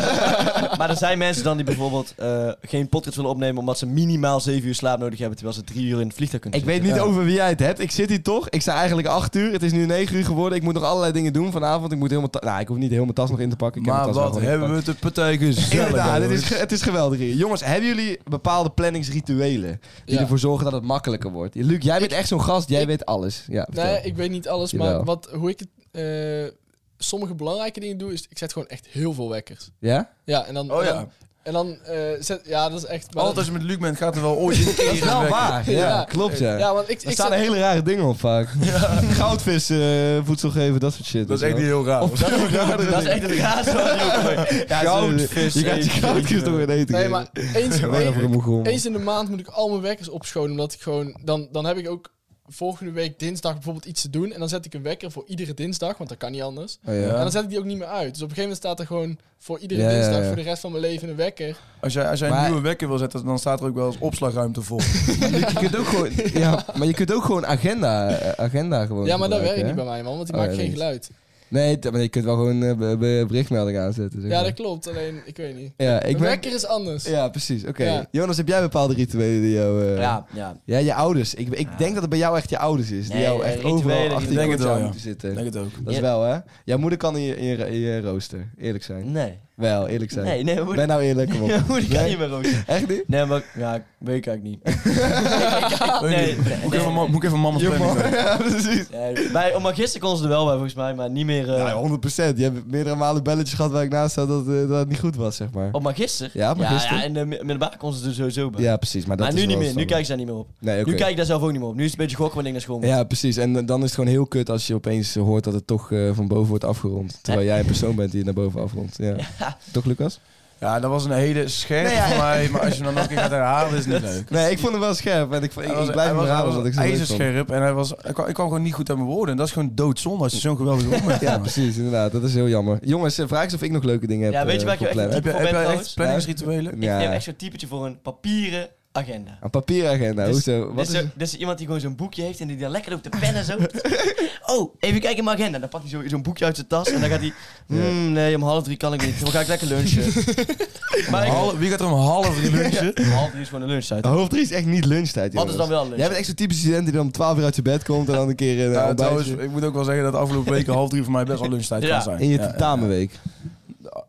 S2: maar er zijn mensen dan die bijvoorbeeld eh, geen podcast willen opnemen omdat ze minimaal 7 uur slaap nodig hebben terwijl ze 3 uur in het vliegtuig kunnen
S3: Ik weet
S2: zitten.
S3: niet over wie jij het hebt. Ik zit hier toch. Ik zei eigenlijk 8 uur. Het is nu 9 uur geworden. Ik moet nog allerlei dingen doen vanavond. Ik moet helemaal... ta- Nou, ik hoef niet helemaal tas nog in te pakken. Ik heb
S5: Maar
S3: mijn tas wel
S5: wat
S3: gewoon
S5: hebben we te partij gezellig.
S3: Inderdaad, het is,
S5: jongens.
S3: ge- het is geweldig hier. Jongens, hebben jullie bepaalde planningsrituelen die
S4: Ja.
S3: ervoor zorgen dat het makkelijker wordt? Luc, jij bent echt zo'n gast, jij weet alles. Ja, vertel.
S4: Nee, ik weet niet alles,
S3: Jawel.
S4: maar wat, hoe ik het... eh, sommige belangrijke dingen doe, is ik zet gewoon echt heel veel wekkers.
S3: ja?
S4: Ja, en dan...
S5: Oh
S4: en
S5: ja.
S4: dan- En dan eh, zet... Ja, dat is echt... maar
S5: Altijd als je met Luc bent, gaat er wel ooit een keer een wekker.
S3: Ja,
S4: [LAUGHS] Ja.
S3: klopt ja.
S4: dat-
S3: Er
S4: Ja, want ik, ik
S3: staan
S4: zet-
S3: hele rare dingen op vaak.
S4: [LAUGHS]
S3: Goudvissen, eh, voedsel geven, dat soort shit.
S5: Dat is
S3: weet
S5: echt niet
S3: je
S5: heel raar.
S3: wel. [LAUGHS]
S2: Dat is echt het raarste wat [LAUGHS] ik ook hoor.
S3: Ja, goudvis. Je gaat je goudvis toch weer eten.
S4: Nee, maar
S5: [LAUGHS]
S4: eens,
S3: Wel
S4: eens-
S3: over een moegel.
S4: eens in de maand moet ik al mijn wekkers opschonen. Omdat ik gewoon... Dan, dan heb ik ook volgende week dinsdag bijvoorbeeld iets te doen. En dan zet ik een wekker voor iedere dinsdag. Want dat kan niet anders.
S3: Oh, ja.
S4: En dan zet ik die ook niet meer uit. Dus op een gegeven moment staat er gewoon voor iedere
S3: Ja, ja,
S4: dinsdag...
S3: ja.
S4: voor de rest van mijn leven een wekker.
S5: Als jij, als jij een
S3: Maar-
S5: nieuwe wekker wil zetten, dan staat er ook wel eens opslagruimte vol.
S3: [LAUGHS] Je kunt ook gewoon, ja, maar je kunt ook gewoon agenda, eh, agenda gewoon
S4: Ja, maar dat werkt niet
S3: gebruiken,
S4: bij mij, man. Want die
S3: Oh,
S4: maakt
S3: ja,
S4: geen
S3: dat is-
S4: geluid.
S3: hè? Nee, t- maar je kunt wel gewoon eh, be- be- berichtmelding aanzetten. zeg
S4: Ja,
S3: maar.
S4: dat klopt. Alleen, ik weet niet.
S3: Ja, ik
S4: Een
S3: ben,
S4: wekker is anders.
S3: Ja, precies. Oké.
S4: Ja.
S3: Jonas, heb jij bepaalde rituelen die jou... eh,
S2: Ja, ja.
S3: Ja, je ouders. Ik, ik denk dat het bij jou echt je ouders is. Die
S2: Nee,
S3: jou
S2: eh,
S3: echt
S2: rituelen,
S3: overal
S2: ik
S3: achter
S5: denk
S3: je
S5: het wel,
S3: aan
S5: ja.
S3: moeten zitten.
S5: Ik denk het ook.
S3: Dat is
S2: Ja.
S3: wel, hè? Jouw moeder kan in je, in je, in je rooster. Eerlijk zijn.
S2: Nee.
S3: Wel, eerlijk zijn.
S2: Nee, nee,
S3: Ben
S2: moeder.
S3: nou eerlijk, kom op.
S2: [LAUGHS] Ja, moeder kan
S3: Nee.
S2: niet meer roken.
S3: Echt niet?
S2: Nee, maar ja, ik weet ik eigenlijk niet.
S5: Nee,
S3: Ah,
S2: Nee,
S5: moet,
S2: nee,
S5: ik even, ma- moet ik even mama's
S3: Je
S5: planning
S3: man-
S5: doen?
S3: ja, precies.
S2: Nee, bij, maar gisteren kon ze er wel bij volgens mij, maar niet meer. eh
S3: Ja, 100%. Je hebt meerdere malen belletjes gad waar ik naast zat dat, eh, dat het niet goed was, zeg maar.
S2: Oh, maar gisteren?
S3: Ja, maar gisteren.
S2: Ja, en de middelbare kon ze er sowieso bij.
S3: Ja, precies. Maar, dat
S2: maar
S3: is
S2: nu niet
S3: wel
S2: meer. Nu
S3: standaard.
S2: kijken ze daar niet meer op.
S3: Nee, oké.
S2: Nu kijk ik daar zelf ook niet meer op. Nu is het een beetje gokken wanneer ik naar school moet.
S3: Ja, precies. En eh, dan is het gewoon heel kut als je opeens hoort dat het toch eh, van boven wordt afgerond. Terwijl jij een persoon bent die het naar boven afrondt.
S2: [LAUGHS]
S3: Ja. Toch, Lucas?
S5: Ja, dat was een hele scherpe voor mij, maar als je hem dan ook een keer gaat herhalen, is het niet leuk.
S3: Nee, ik vond hem wel scherp. En ik, ik,
S5: Hij was-
S3: ik
S5: hij
S3: blijf hem
S5: was-
S3: herhalen
S5: hij
S3: omdat ik
S5: was
S3: zo leuk vond.
S5: ijzerscherp en hij was, ik, kwam, ik kwam gewoon niet goed aan mijn woorden. En dat is gewoon doodzonde als je zo'n geweldige opmerking
S3: Ja,
S5: maakt.
S3: precies, inderdaad. Dat is heel jammer. Jongens, eh, vraag eens of ik nog leuke dingen heb.
S2: Ja, weet je
S3: eh,
S2: waar ik
S3: voor
S2: je echt-
S3: plannen.
S5: Heb je, heb
S2: Moment
S5: jij echt
S2: trouwens.
S5: planningsrituelen?
S2: Ik neem
S3: Ja,
S2: echt zo'n typetje voor een papieren agenda.
S3: een papieragenda.
S2: Dus-
S3: Hoezo? Wat
S2: Dus
S3: is
S2: er- dus iemand die gewoon zo'n boekje heeft en die dan lekker loopt te
S3: [LAUGHS]
S2: pennen zo. oh, even kijken in mijn agenda. Dan pakt hij zo- zo'n boekje uit zijn tas en dan gaat hij... "Hmm, nee, om half drie kan ik niet. Dan ga ik lekker
S3: [LAUGHS]
S2: lunchen. maar ik,
S5: Half- wie gaat er om half drie lunchen?
S2: lunchen? Half drie is gewoon een lunchtijd.
S3: Half drie is echt niet lunchtijd,
S2: Wat is dan
S3: jongens.
S2: wel een lunch?
S3: Jij bent echt zo'n typische student die dan om 12 uur uit zijn bed komt en dan een keer eh, een
S5: Ja,
S3: ontbijtje.
S5: Nou, trouwens, ik moet ook wel zeggen dat de afgelopen weken half drie voor mij best wel lunchtijd
S2: Ja.
S5: kan zijn.
S3: In
S5: [LAUGHS]
S3: je oh,
S5: Ja, ja, ja.
S3: tentamenweek.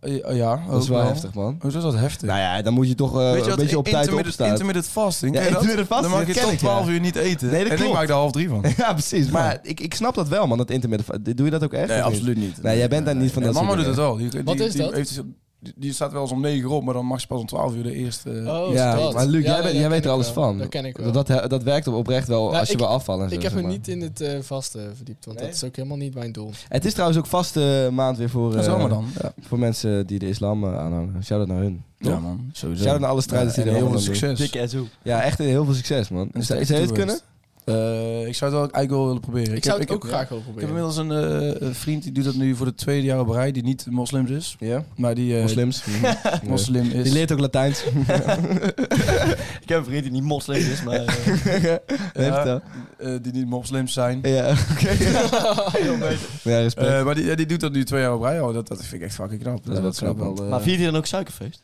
S5: Ja, ja,
S3: Dat is
S5: ook
S3: wel heftig, man.
S5: Hoezo is dat heftig?
S3: Nou ja, dan moet je toch eh,
S5: Weet je
S3: een
S5: wat
S3: beetje op tijd
S5: intermittent-
S3: opstaan.
S5: Intermittent fasting,
S3: Ja,
S5: ken je dat?
S3: intermittent fasting,
S5: Dan
S3: dat
S5: mag je
S3: ken
S5: tot
S3: ik, ja.
S5: 12 uur niet eten.
S3: Nee, dat
S5: en
S3: klopt.
S5: ik maak er half drie van.
S3: [LAUGHS] Ja, precies. Maar ik, ik snap dat wel, man, dat intermittent. Doe je dat ook echt?
S5: Nee,
S3: of niet?
S5: absoluut niet.
S3: Nee, jij bent daar niet van dat
S5: Mama
S3: soort
S5: doet het
S3: dingen.
S5: wel. Die, die,
S4: Wat is
S5: die
S4: dat?
S5: heeft- dus- die- die staat wel eens om 9 uur op, maar dan mag ze pas om 12 uur de eerste.
S4: Oh,
S3: ja,
S4: dat.
S3: maar Luc,
S4: Ja,
S3: jij,
S4: nee,
S3: bent-
S4: dat
S3: jij
S4: ken
S3: weet er
S4: ik
S3: alles
S4: wel.
S3: van.
S4: Dat ken ik wel.
S3: Dat, he- dat werkt op- oprecht wel
S4: Nou,
S3: als je
S4: ik-
S3: wil afvallen. en zo,
S4: ik heb
S3: zeg
S4: me
S3: maar.
S4: niet in het eh, vaste verdiept, want dat is ook helemaal niet mijn doel.
S3: Het is trouwens ook vaste maand weer voor,
S5: dat is
S3: eh,
S5: allemaal dan. Ja,
S3: voor mensen die de islam eh, aanhangen. Shout-out naar hun.
S5: ja
S3: Toch?
S5: man. Sowieso.
S3: Shout-out naar alle strijders
S5: Ja,
S3: die
S5: en
S3: er
S5: heel veel
S3: allemaal aan
S5: succes.
S2: Dikke SO.
S3: Ja, echt heel veel succes, man.
S5: En
S3: Is,
S5: steeds
S3: is hij het
S5: toekomst.
S3: kunnen?
S5: Eh, ik zou het wel eigenlijk wel willen proberen.
S4: Ik,
S5: heb-
S4: zou het
S5: heb-
S4: ook graag willen
S5: Ik heb
S4: proberen.
S5: inmiddels een eh, eh, vriend die doet dat nu voor het tweede jaar op rij, die niet moslims is,
S3: Ja?
S5: maar die eh, [LAUGHS]
S3: [LAUGHS] Moslims.
S5: moslim is.
S3: Die leert ook
S5: [LAUGHS]
S3: Latijns.
S2: [LAUGHS] Ik heb een vriend die niet moslim is, maar... eh,
S3: Heeft
S5: ja,
S3: dat?
S5: eh, die niet moslims zijn. [LAUGHS]
S3: Ja, oké. [LAUGHS] ja, respect.
S5: Eh, maar die, ja, die doet dat nu twee jaar op rij. Oh, dat, dat vind ik echt fucking knap.
S3: dat is wel knap,
S5: wel. eh,
S2: maar viert hij dan ook suikerfeest?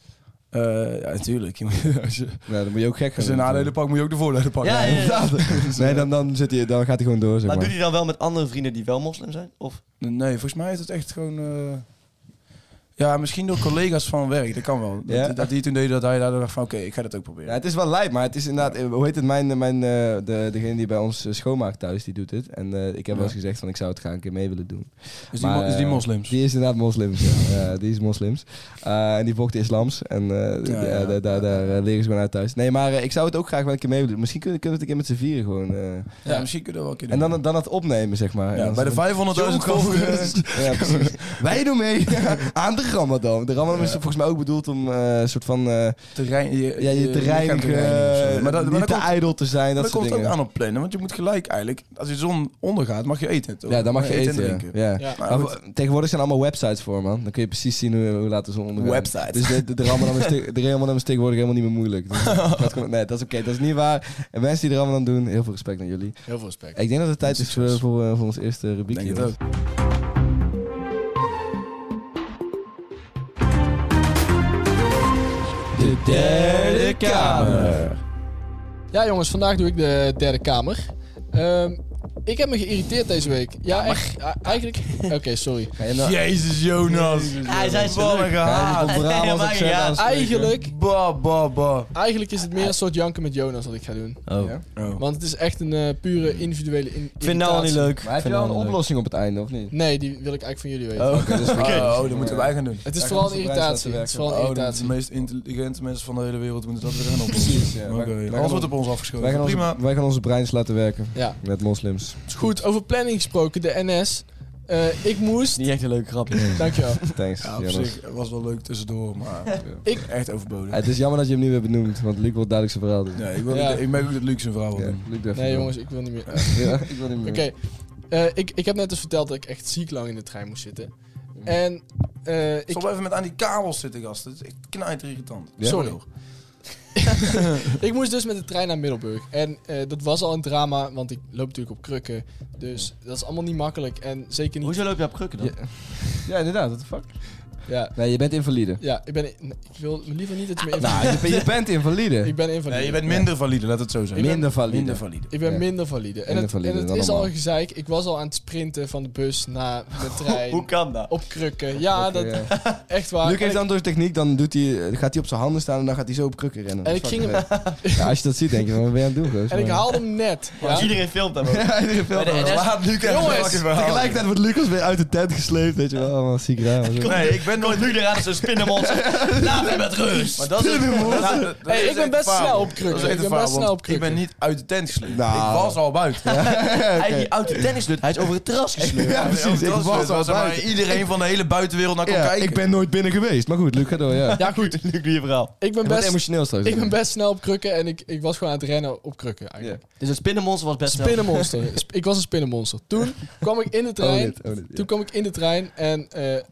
S5: eh, ja, natuurlijk. [LAUGHS] Je moet- Als je,
S3: nou, dan moet je ook gek gaan
S5: als je een
S3: doen.
S5: nadelen pakt, moet je ook de voordelen pakken.
S2: Ja, ja, ja.
S5: eh,
S3: Nee, dan, dan, zit hij, dan gaat hij gewoon door, zeg
S2: Maar
S3: maar.
S2: doet hij dan wel met andere vrienden die wel moslim zijn?
S5: [LAUGHS]
S2: Of?
S5: Nee, volgens mij is het echt gewoon... eh, ja, misschien door collega's van werk. Dat kan wel. Dat,
S3: Ja.
S5: dat die toen deden dat hij daar dacht van... Oké, ik ga dat ook proberen.
S3: Ja, het is wel lijp, maar het is inderdaad... eh, Hoe heet het? Mijn, mijn, eh, de, degene die bij ons eh, schoonmaakt thuis, die doet dit. En eh, ik heb wel eens gezegd van, ik zou het graag een keer mee willen doen.
S5: is, Dus die,
S3: maar,
S5: mo- is die
S3: eh,
S5: moslims?
S3: Die is inderdaad moslims, ja. Ja, die is moslims. Eh, en die volgt de islams. En eh,
S5: Ja,
S3: ja,
S5: ja.
S3: daar, daar, daar, eh, leren ze gewoon uit thuis. Nee, maar eh, ik zou het ook graag wel een keer mee willen doen. Misschien kunnen, kunnen we het een keer met z'n vieren gewoon... eh,
S5: ja, misschien kunnen we wel een keer
S3: en
S5: doen.
S3: dan, dan het opnemen, zeg maar. En
S5: ja,
S3: dan
S5: bij de
S3: zo-
S5: 500.000
S3: [LAUGHS]
S5: volgers.
S3: Ja, precies. Wij doen mee [LAUGHS] aan de Ramadan. De Ramadan is volgens mij ook bedoeld om eh, een soort van eh,
S5: Te rein- je,
S3: ja, je te reinigen, eh,
S5: Maar dat, maar
S3: niet
S5: dat
S3: te
S5: komt,
S3: ijdel te zijn, dat
S5: dat
S3: soort
S5: komt ook
S3: dingen.
S5: aan op plannen. Want je moet gelijk eigenlijk... Als de zon ondergaat, mag je eten. toch?
S3: Ja, dan mag je
S5: en
S3: eten.
S5: drinken.
S3: ja.
S4: Ja.
S5: Maar
S3: Maar
S5: goed,
S3: voor- Ah, tegenwoordig zijn er allemaal websites voor, man. Dan kun je precies zien hoe, hoe laat de zon ondergaat.
S5: Websites.
S3: Dus de, de, de Ramadan is te- de Ramadan is tegenwoordig helemaal niet meer moeilijk. Dus dat is gewoon- nee, dat is oké. Dat is niet waar. En mensen die de Ramadan doen, heel veel respect aan jullie.
S4: Heel veel respect.
S3: Ik denk dat het tijd is voor, voor, eh, voor ons eerste rubriekje.
S5: Denk het
S3: jongens.
S5: De derde kamer.
S4: Ja, jongens, vandaag doe ik de derde kamer. Ehm, ik heb me geïrriteerd deze week. Ja, echt, e- eigenlijk. Oké, sorry.
S3: Ga je [LAUGHS] nou-
S5: Jezus, Jonas.
S2: hij zei
S5: Ballen
S3: Ja,
S5: gehaald.
S3: die komt
S2: [LAUGHS]
S3: eraan als ik zeg aan-
S4: Eigenlijk,
S5: Ba, ba, ba.
S4: eigenlijk is het meer een soort janken met Jonas wat ik ga doen.
S5: Oh.
S4: Want het is echt een eh, pure individuele. In
S2: Oh. Ik vind het nou al niet
S4: irritatie.
S2: leuk.
S3: Maar heb je
S2: Vind
S3: wel
S2: nou
S3: een
S2: al niet
S3: oplossing op het einde, of
S4: [LAUGHS]
S3: niet?
S4: Nee, die wil ik eigenlijk van jullie weten.
S3: Oké, dus-
S5: Oh, dat moeten wij gaan doen.
S4: Het is
S3: Daar
S4: vooral
S3: gaan
S4: een
S3: we op prijs laten
S4: irritatie. Het is vooral een
S5: Oh, de
S4: irritatie.
S5: meest intelligente mensen van de hele wereld moeten dat weer gaan oplossen.
S3: Precies, ja.
S5: Oké,
S3: Wij- wij gaan
S5: Alles wordt
S3: ons-
S5: op ons
S3: Wij gaan,
S5: afgeschoten.
S3: onze,
S5: Prima.
S3: wij gaan onze breins laten werken
S4: Ja.
S3: met moslims.
S4: Goed, over planning gesproken, de NS. Eh, ik
S2: leuk.
S4: moest.
S2: Niet echt een leuke grap.
S4: Dankjewel.
S3: Thanks,
S5: Ja, op
S3: Jonas.
S5: zich het was wel leuk tussendoor, maar
S4: Ik-
S5: echt overbodig.
S3: Het is jammer dat je hem nu weer benoemt, want Luc wil duidelijk zijn verhaal doen.
S5: Nee, ik, wil,
S4: Ja.
S5: ik merk ook dat Luc zijn verhaal wil
S3: Ja,
S5: doen.
S3: Luc durft
S4: Nee,
S3: het wel.
S4: jongens, ik wil niet meer.
S3: Ja, ik wil niet meer.
S4: Oké. eh, ik, ik heb net eens verteld dat ik echt ziek lang in de trein moest zitten. En eh, ik,
S5: Stop even met aan die kabels zitten, gast. Het is echt knijter irritant.
S3: Ja.
S4: Sorry. [LAUGHS] ik moest dus met de trein naar Middelburg. En eh, dat was al een drama, want ik loop natuurlijk op krukken. Dus dat is allemaal niet makkelijk. En zeker niet...
S2: Hoezo loop je op krukken dan?
S3: Ja. Ja, inderdaad, what the fuck?
S4: Ja,
S3: Nee, je bent invalide.
S4: [LAUGHS] ja ik ben... nee, ik wil liever niet dat je me [LAUGHS]
S3: Nou, eh. je, bent- je bent invalide.
S4: Ik ben invalide.
S5: Nee, je bent minder valide, laat het zo zijn.
S3: Minder valide.
S5: Minder valide.
S4: Ik ben
S3: Ja.
S4: minder valide. En
S3: Minder
S4: het,
S3: valide
S4: en het
S3: dan
S4: is al
S3: normaal.
S4: een gezeik. Ik was al aan het sprinten van de bus naar
S3: [LAUGHS]
S4: de trein.
S2: Hoe kan dat?
S4: Op krukken. Ja,
S3: Oké,
S4: dat,
S3: ja.
S4: echt waar.
S3: Luc
S4: En
S3: heeft dan door zijn techniek, dan doet hij, gaat hij op zijn handen staan en dan gaat hij zo op krukken rennen.
S4: En
S3: Dat is
S4: ik
S3: fucking
S4: ging
S3: vet. Ja, als je dat ziet, denk je, van, wat ben je aan het doen, goos?
S4: ik, en ik
S3: Maar-
S4: haalde
S3: [LAUGHS]
S4: hem net. Ja?
S2: Iedereen filmt hem ook.
S3: Ja, iedereen filmt
S2: Bij de
S3: hem.
S2: NS
S3: Laat Luc even
S4: Jongens,
S3: fucking verhaal.
S5: [LAUGHS]
S3: Tegelijkertijd wordt Lucas weer uit de tent gesleept, weet je wel. Allemaal ziek raar. maar zo.
S5: Nee, ik ben
S2: Nooit nu eraan zo'n spinnenmonster. Laat hem met rust.
S5: Maar dat is, Nou, dat- dat
S4: Hey,
S5: is
S4: ik ben
S5: echt
S4: best
S5: een
S4: snel
S5: fabel.
S4: op krukken.
S5: Dat is echt
S4: Ik
S5: een
S4: ben best
S5: fabel, want
S4: snel op
S5: Ik ben niet uit de tent gesleept.
S3: Nou.
S5: Ik was al buiten.
S2: Hij die out de tennis doet, hij is over het terras gesleurd.
S3: Ja, precies. Ik
S5: Dat
S3: was al
S5: waar
S3: buiten.
S5: Iedereen van de hele buitenwereld naar kon
S3: Ja,
S5: kijken.
S3: ik ben nooit binnen geweest. Maar goed, Luc, ga door, ja.
S4: Ja, goed.
S2: Luc, doe je verhaal.
S4: Ik ben
S3: Ik word
S4: best,
S3: emotioneel straks.
S4: [LAUGHS] ik ben best snel op krukken en ik, ik was gewoon aan het rennen op krukken eigenlijk.
S2: Dus het spinnenmonster was best wel.
S4: Spinnenmonster.
S3: [LAUGHS]
S4: Sp- ik was een spinnenmonster. Toen kwam ik in de
S3: Oh,
S4: trein.
S3: dit, oh, dit, ja.
S4: Toen kwam ik in de trein en eh, eh,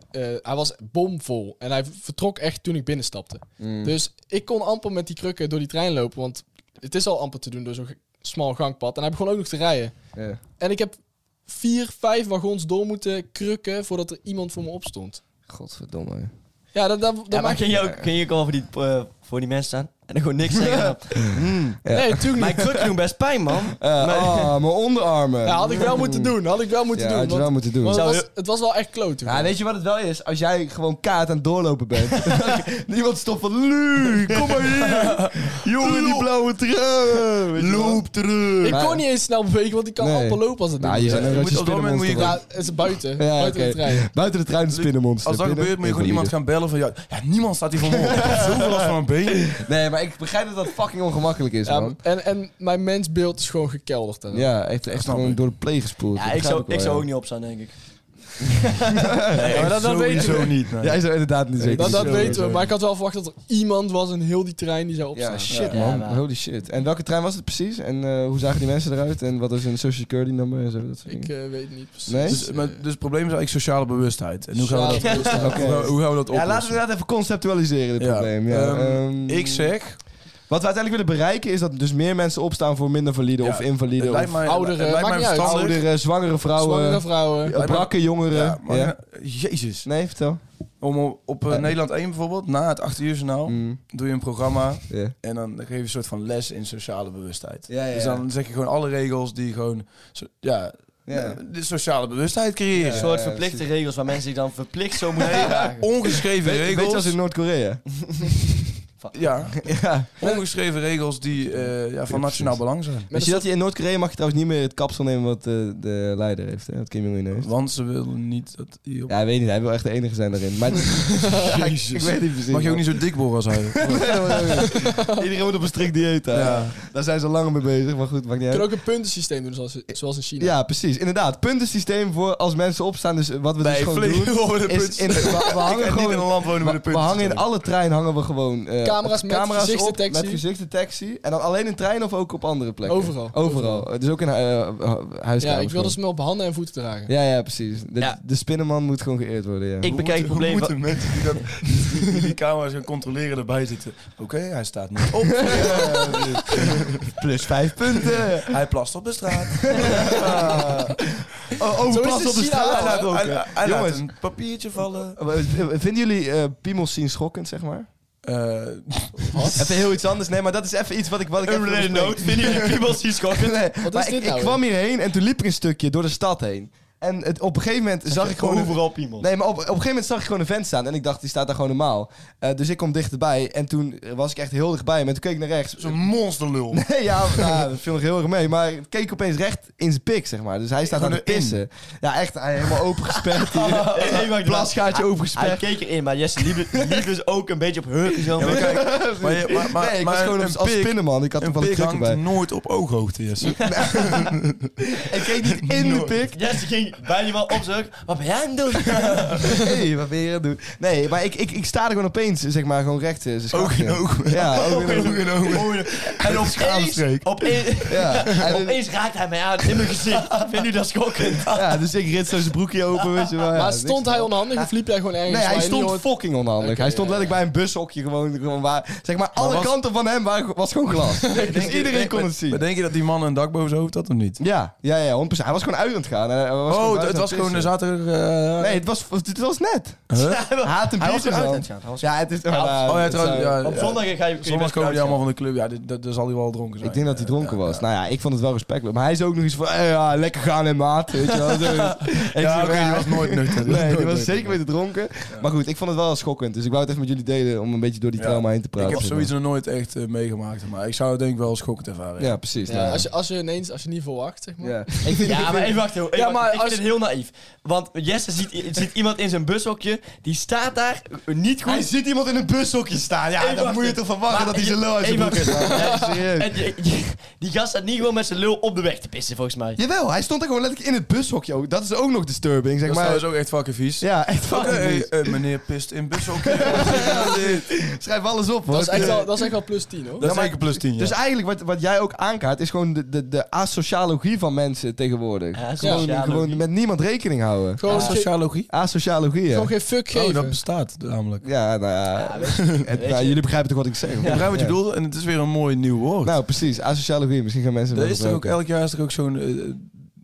S4: hij was bomvol. En hij vertrok echt toen ik binnenstapte.
S2: Mm.
S3: Hm.
S4: Dus ik kon amper met die krukken door die trein lopen. Want het is al amper te doen door zo'n g- smal gangpad. En hij begon ook nog te rijden.
S3: Ja.
S4: En ik heb vier, vijf wagons door moeten krukken voordat er iemand voor me opstond.
S3: Godverdomme. joh.
S4: Ja, dat, dat, dat
S2: Ja, maar
S4: maakt
S2: kun je ook, kun je ook al voor die, eh, voor die mensen staan? En dan gewoon niks zeggen.
S4: Nee, natuurlijk
S2: Mijn
S4: niet.
S2: krukken doen best pijn, man.
S3: Eh, ah, mijn onderarmen.
S4: Ja, had ik wel moeten doen. Had ik wel moeten
S3: Ja,
S4: doen.
S3: had je
S4: want-
S3: wel moeten doen.
S4: want het,
S2: Zou
S4: was, het was wel echt kloot.
S3: Ja, weet je wat het wel is? Als jij gewoon kaart aan het doorlopen [LAUGHS] bent. Niemand stopt van, Luc, kom maar hier. Jongen, die blauwe trui. Loop terug.
S4: ik kon niet eens snel bewegen, want ik kan
S3: Nee.
S4: amper lopen als het
S3: Nou,
S4: niet
S3: je
S4: is.
S3: zijn een
S5: Je moet
S3: rotje
S5: op dat moment moet je
S3: spinnenmonster.
S5: gewoon-
S4: Ja, het is buiten.
S3: Ja,
S4: buiten de
S3: oké.
S4: trein.
S3: Buiten de trein een spinnenmonster.
S5: Als dat
S3: Binnen-
S5: gebeurt, moet je gewoon iemand gaan bellen van... Ja, ja niemand staat hier voor
S3: [LAUGHS]
S5: me op. Ik heb Zoveel last van mijn been.
S3: Nee, maar ik begrijp dat dat fucking ongemakkelijk is,
S4: Ja,
S3: man.
S4: en, en mijn mensbeeld is gewoon gekelderd. daarna.
S3: Ja, echt, echt
S5: snap
S3: gewoon
S5: ik.
S3: door de play gespoeld.
S2: Ja,
S3: Dat
S2: ik
S3: begrijp
S2: zou,
S3: wel,
S2: ik zou
S3: ja.
S2: ook niet opstaan, denk ik.
S3: [LAUGHS]
S2: Nee,
S4: maar dat- dat weten
S5: Sowieso
S4: we.
S5: niet. nee.
S3: Jij zou inderdaad niet zeker
S4: Dat, dat
S3: zijn.
S4: weten we. Maar ik had wel verwacht dat er iemand was in heel die trein die zou opstaan.
S3: Ja, shit
S2: Ja,
S3: man.
S2: maar-
S3: Holy shit. En welke trein was het precies? En eh, hoe zagen die mensen eruit? En wat is hun social security number en zo? Dat soort
S4: Ik
S3: dingen.
S4: eh, weet niet precies.
S3: Mm. Nee?
S5: Dus, maar, dus het probleem is eigenlijk sociale bewustheid. En hoe gaan we dat,
S4: Sociale bewustheid.
S5: hoe gaan we- [LAUGHS] hoe gaan we dat
S3: Ja, laten
S5: oplossen?
S3: we dat even conceptualiseren, dit
S5: Ja.
S3: probleem. Ja.
S5: Ehm,
S3: Ehm,
S5: Ik zeg...
S3: Wat we uiteindelijk willen bereiken is dat dus meer mensen opstaan voor minder valide
S5: Ja,
S3: of invalide.
S5: het lijkt
S3: Of
S5: mij-
S4: ouderen,
S5: het lijkt
S4: maakt
S5: mij
S4: niet uit.
S5: verstandig.
S3: ouderen, zwangere vrouwen, eh,
S4: Zwangere vrouwen.
S5: Ja.
S3: brakke jongeren.
S5: Ja, maar,
S3: Ja.
S5: Jezus.
S3: Nee, vertel.
S5: Om op, op, eh, Nederland 1 bijvoorbeeld, na het 8 uur journaal,
S3: Mm,
S5: doe je een programma
S3: ja.
S5: en dan geef je een soort van les in sociale bewustheid.
S3: Ja, ja,
S5: Dus
S3: ja.
S5: dan zeg je gewoon alle regels die gewoon, so- ja, eh,
S3: Ja.
S5: de sociale bewustheid creëren.
S2: Een
S5: Een
S2: soort
S3: ja,
S2: verplichte regels waar mensen zich dan verplicht zo moeten
S5: soort
S2: gedragen.
S5: Ongeschreven
S3: Weet,
S5: regels.
S3: weet je als in Noord-Korea?
S5: ja,
S3: [LAUGHS] ja.
S5: ongeschreven regels die eh, ja, van nationaal belang zijn.
S3: Weet je dat je in Noord-Korea mag je trouwens niet meer het kapsel nemen wat eh, de leider heeft, hè? wat Kim Jong-un heeft.
S5: Want ze willen niet dat... die op-
S3: Ja, ik weet niet. Hij wil echt de enige zijn daarin. Maar Jezus. Ik weet niet precies.
S5: Mag je ook
S3: man.
S5: niet zo dik worden als
S3: [LAUGHS]
S5: hij.
S3: Nee, dat mag ook niet. Iedereen moet op een strikt dieet. hè.
S5: Ja.
S3: Daar zijn ze langer mee bezig, maar goed, maakt niet
S4: Je
S3: uit.
S4: kunt ook een puntensysteem doen zoals, zoals in China.
S3: Ja, precies. Inderdaad. Puntensysteem voor als mensen opstaan. Dus wat we dus gewoon doen... Is in, we, we hangen gewoon
S5: land wonen
S3: We, we hangen in alle trein hangen we gewoon eh,
S4: Camera's met gezichtentaxi.
S3: op, met gezichtentaxi. En dan alleen in trein of ook op andere plekken?
S4: Overal.
S3: Overal. Dus ook in eh, hu- huiskamers.
S4: Ja, ik wil dus-
S3: gewoon.
S4: dat ze me op handen en voeten dragen.
S3: ja, ja, precies. De,
S2: Ja.
S3: de spinnenman moet gewoon geëerd worden, ja.
S2: Ik bekijk het probleem.
S5: moeten mensen die, dat, die die camera's gaan controleren erbij zitten. Oké, hij staat niet
S3: [LAUGHS]
S5: op.
S3: Plus vijf punten.
S5: hij plast op de straat.
S3: Oh, oh,
S4: Zo is
S3: plas
S4: het
S3: op [LAUGHS] de
S4: China
S3: straat.
S4: wel,
S5: nou, hij
S3: laat roken.
S5: hij- hij
S3: Jongens.
S5: laat een papiertje vallen.
S3: Eh, eh, Vinden jullie eh piemels zien schokkend, zeg maar?
S5: Eh,
S3: Even heel iets anders. Nee, maar dat is even iets wat ik... Wat ik even wil bespreken.
S2: vinden jullie piemels die [LAUGHS]
S3: [LAUGHS]
S2: schokken?
S3: Nee,
S4: Wat
S3: maar
S4: is dit
S3: ik,
S4: nou
S3: ik
S4: weer?
S3: kwam hierheen en toen liep ik een stukje door de stad heen. En het, op een gegeven moment zag ik gewoon... een-
S2: overal
S3: [LAUGHS]
S2: piemels.
S3: Nee, maar op, op een gegeven moment zag ik gewoon een vent staan. En ik dacht, die staat daar gewoon normaal. Eh, dus ik kom dichterbij. En toen was ik echt heel dichtbij. Maar toen keek ik naar rechts.
S5: Zo'n monsterlul.
S3: [LAUGHS] Nee, ja, nou, dat viel nog heel erg mee. Maar ik keek opeens recht in zijn pik, zeg maar. Dus hij staat aan
S5: Gewoon
S3: het pissen. Ja, echt. Hij helemaal
S4: [LAUGHS]
S3: opengesperd. hier.
S2: Een
S3: Blasgaatje
S2: Hij
S3: opengesperd.
S2: keek erin, maar Jesse liep, liep dus ook een beetje op hurken zo.
S5: Ja, maar
S3: [LAUGHS]
S5: kijk, maar, je- maar, maar,
S3: nee, ik
S5: maar
S3: was gewoon
S5: een
S3: als, als
S5: pik-
S3: spinnenman. Ik had er
S5: Een
S3: wel een
S5: pik
S3: kruk
S5: hangt [LAUGHS]
S3: bij.
S5: nooit op ooghoogte, Jesse.
S3: Ik keek niet in de
S5: Nooit.
S3: pik.
S2: Jesse ging bijna wel op zijn hurk. Wat ben jij aan het doen?
S3: hey, wat ben je aan het doen? Nee, maar ik, ik, ik sta er gewoon opeens, zeg maar, gewoon recht. eh, zijn
S5: Oog in
S3: schaamte.
S5: oog.
S3: Ja, ook in oog.
S2: En opeens,
S5: schaamstreek.
S2: opeens,
S3: Ja, en-
S2: opeens raakt hij mij aan in mijn gezicht. Vind jullie dat schokkend?
S3: ja, dus ik rit zo zijn broekje open, weet je wel. Ja,
S4: maar
S3: niks
S4: stond hij onhandig of liep jij gewoon ergens?
S3: Nee,
S4: waar
S3: hij
S4: je niet
S3: stond
S4: hoort?
S3: fucking onhandig.
S4: Oké,
S3: hij stond
S4: ja,
S3: letterlijk bij een bushokje gewoon, gewoon waar... Zeg maar, alle
S5: was-
S3: kanten van hem waren, was gewoon
S5: [LAUGHS]
S3: glas. dus iedereen kon het
S5: Maar
S3: zien.
S5: denk je dat die man een dak boven zijn hoofd had of niet?
S3: Ja, ja, ja, 100%. Hij was gewoon uit aan het gaan. Hij- hij was gewoon
S5: Oh,
S3: buiten
S5: het
S3: aan
S5: was gewoon een
S3: pissen.
S5: zaterdag... eh,
S3: Nee, het was, het was
S5: [LAUGHS]
S3: net.
S2: Hij
S3: Haat een
S2: was
S3: biertje
S2: eruit aan
S3: man.
S2: het gaan. Hij was-
S3: Ja, het is...
S5: Oh ja, trouwens, ja,
S2: Op
S3: Eh,
S5: ja.
S2: zondag ga je- kun je
S5: Zondag
S2: best
S5: komen die
S2: eruit
S5: allemaal van de club. Ja, dit- dat- daar zal hij wel dronken zijn.
S3: Ik denk dat hij dronken
S5: Ja,
S3: was.
S5: ja.
S3: Nou ja, ik vond het wel respectloos. Maar hij is ook nog iets van, eh, ja, lekker gaan en maat. Weet je wel. Zo. Ik
S5: Ja,
S3: zeg,
S5: oké,
S3: [LAUGHS]
S5: die was nooit [LAUGHS] nuchter.
S3: Nee, die
S5: Nooit
S3: was
S5: nuchter.
S3: zeker weten dronken. Maar goed, ik vond het wel schokkend. Dus ik wou het even met jullie delen om een beetje door die trauma heen te praten.
S5: Ik heb zoiets nog nooit echt eh, meegemaakt, maar ik zou het denk ik wel schokkend ervaren.
S3: Ja, precies. nou
S4: Ja, [LAUGHS] als, je, als je ineens, als je niet verwacht, zeg maar.
S3: Ja.
S2: Ja, maar even wachten. Even
S4: Ja,
S2: wachten.
S4: maar
S2: ik
S4: als-
S2: vind het heel naïef. Want Jesse ziet, i- ziet iemand in zijn bushokje. Die staat daar eh, niet goed.
S3: Hij ziet iemand in een bushokje staan. Ja,
S2: Even
S3: dan moet je
S2: wachten.
S3: toch verwachten
S2: Maar
S3: dat hij zijn
S2: je-
S3: lul uit zijn
S2: even
S3: broek heeft. Ja, serieus.
S2: En die, die- die gast staat niet gewoon met zijn lul op de weg te pissen, volgens mij.
S3: Jawel, hij stond er gewoon letterlijk in het bushokje. ook. Dat is ook nog disturbing, zeg
S5: Dat is
S3: maar.
S5: trouwens ook echt fucking vies.
S3: Ja, echt
S5: Oké,
S3: fucking vies.
S5: eh, meneer pist in
S3: [LAUGHS]
S5: bushokje. Ja, dit.
S3: Schrijf alles op, hoor.
S4: Dat, is echt wel, dat is echt wel plus 10 hoor.
S5: Dat is
S3: maar-
S5: zeker plus 10, ja.
S3: Dus eigenlijk, wat, wat jij ook aankaart, is gewoon de, de, de asocialogie van mensen tegenwoordig.
S2: Ja,
S3: gewoon,
S2: socialogie.
S3: gewoon met niemand rekening houden.
S4: Gewoon, ge-
S5: sociologie?
S3: Asocialogie, hè?
S4: gewoon geen fuck
S5: Oh,
S4: geven.
S5: dat bestaat namelijk.
S3: Ja, nou ja. [LAUGHS] Het- nou, jullie begrijpen toch wat ik zeg?
S5: Ik begrijp wat je
S3: Ja.
S5: bedoelt en het is weer een mooi nieuw woord.
S3: Nou, precies. Asocialogie. Misschien gaan mensen...
S5: er
S3: wel
S5: is toch ook,
S3: gebruiken.
S5: elk jaar is er ook zo'n eh,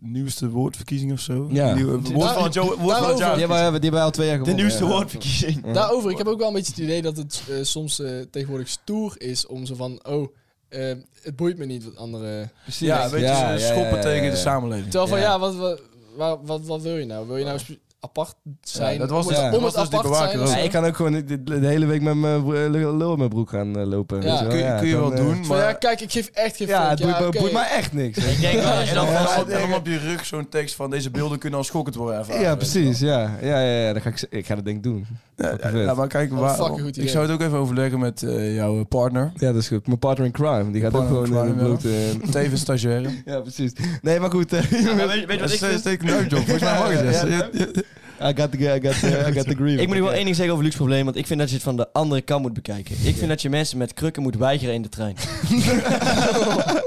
S5: nieuwste woordverkiezing of zo?
S3: Ja.
S5: Nieuwe, woord van het jaar- woord van het jaar.
S3: Die hebben, we- die hebben we al twee jaar
S2: De
S3: gewonnen.
S2: nieuwste
S3: ja.
S2: woordverkiezing.
S4: Daarover, ik heb ook wel een beetje het idee dat het eh, soms eh, tegenwoordig stoer is om zo van, oh, eh, het boeit me niet wat anderen...
S3: Precies.
S5: Ja, weet je,
S3: Ja,
S5: ze
S3: ja,
S5: schoppen
S3: ja, ja,
S5: tegen
S3: ja.
S5: de samenleving.
S4: Terwijl van,
S3: Ja.
S4: ja, wat, wat, waar- wat, wat wil je nou? Wil je nou spe- apart zijn?
S5: dat was
S4: om
S3: dus-
S4: het,
S3: dat
S4: om
S5: was
S4: het
S5: dus die
S4: apart te zijn?
S5: bewaker
S4: of
S3: Ja,
S4: zo?
S3: ik kan ook gewoon de, de- de hele week met mijn bro- eh, lul in mijn broek gaan eh, lopen.
S4: Ja,
S3: weet je wel.
S5: kun, je- kun je
S3: dan,
S5: wel
S3: eh,
S5: doen,
S4: Van, ja,
S5: maar...
S4: kijk, ik geef echt geen
S3: Ja,
S4: fuck.
S3: het boeit, me-
S4: oké.
S3: boeit mij echt niks.
S2: [LAUGHS] Ik denk wel dat je
S5: En
S2: dan
S5: dan,
S2: vast-
S5: en dan op je rug zo'n tekst van deze beelden kunnen als schokkend worden ervaren.
S3: Ja,
S5: weet je
S3: precies. Ja, ja, ja, ja dan ga ik, z- ik ga dat denk ik doen.
S5: wel. Ja,
S3: Vet.
S5: ja, maar kijk,
S4: Wat
S5: waar-
S4: fucking goed
S5: ik
S4: idee.
S5: zou het ook even overleggen met eh, jouw partner.
S3: Ja, dat is goed. Mijn partner in crime, die gaat ook
S5: Partner in
S3: gewoon in de
S5: crime,
S3: bloed. eh,
S5: Tevens stagiaire.
S3: ja, precies. Nee, maar goed. eh, [LAUGHS]
S2: Ja, maar Weet weet je
S5: Dat
S2: wat ik
S5: is
S2: vind?
S5: steeds een leuk job. Volgens mij mag het.
S3: Ja,
S5: Jesse.
S3: ja,
S5: Je- je-
S3: I got the, I got the, I
S2: [LAUGHS]
S3: got the green.
S2: Ik moet nu wel één ding zeggen over luxe probleem, want ik vind dat je het van de andere kant moet bekijken. Ik vind dat je mensen met krukken moet weigeren in de trein.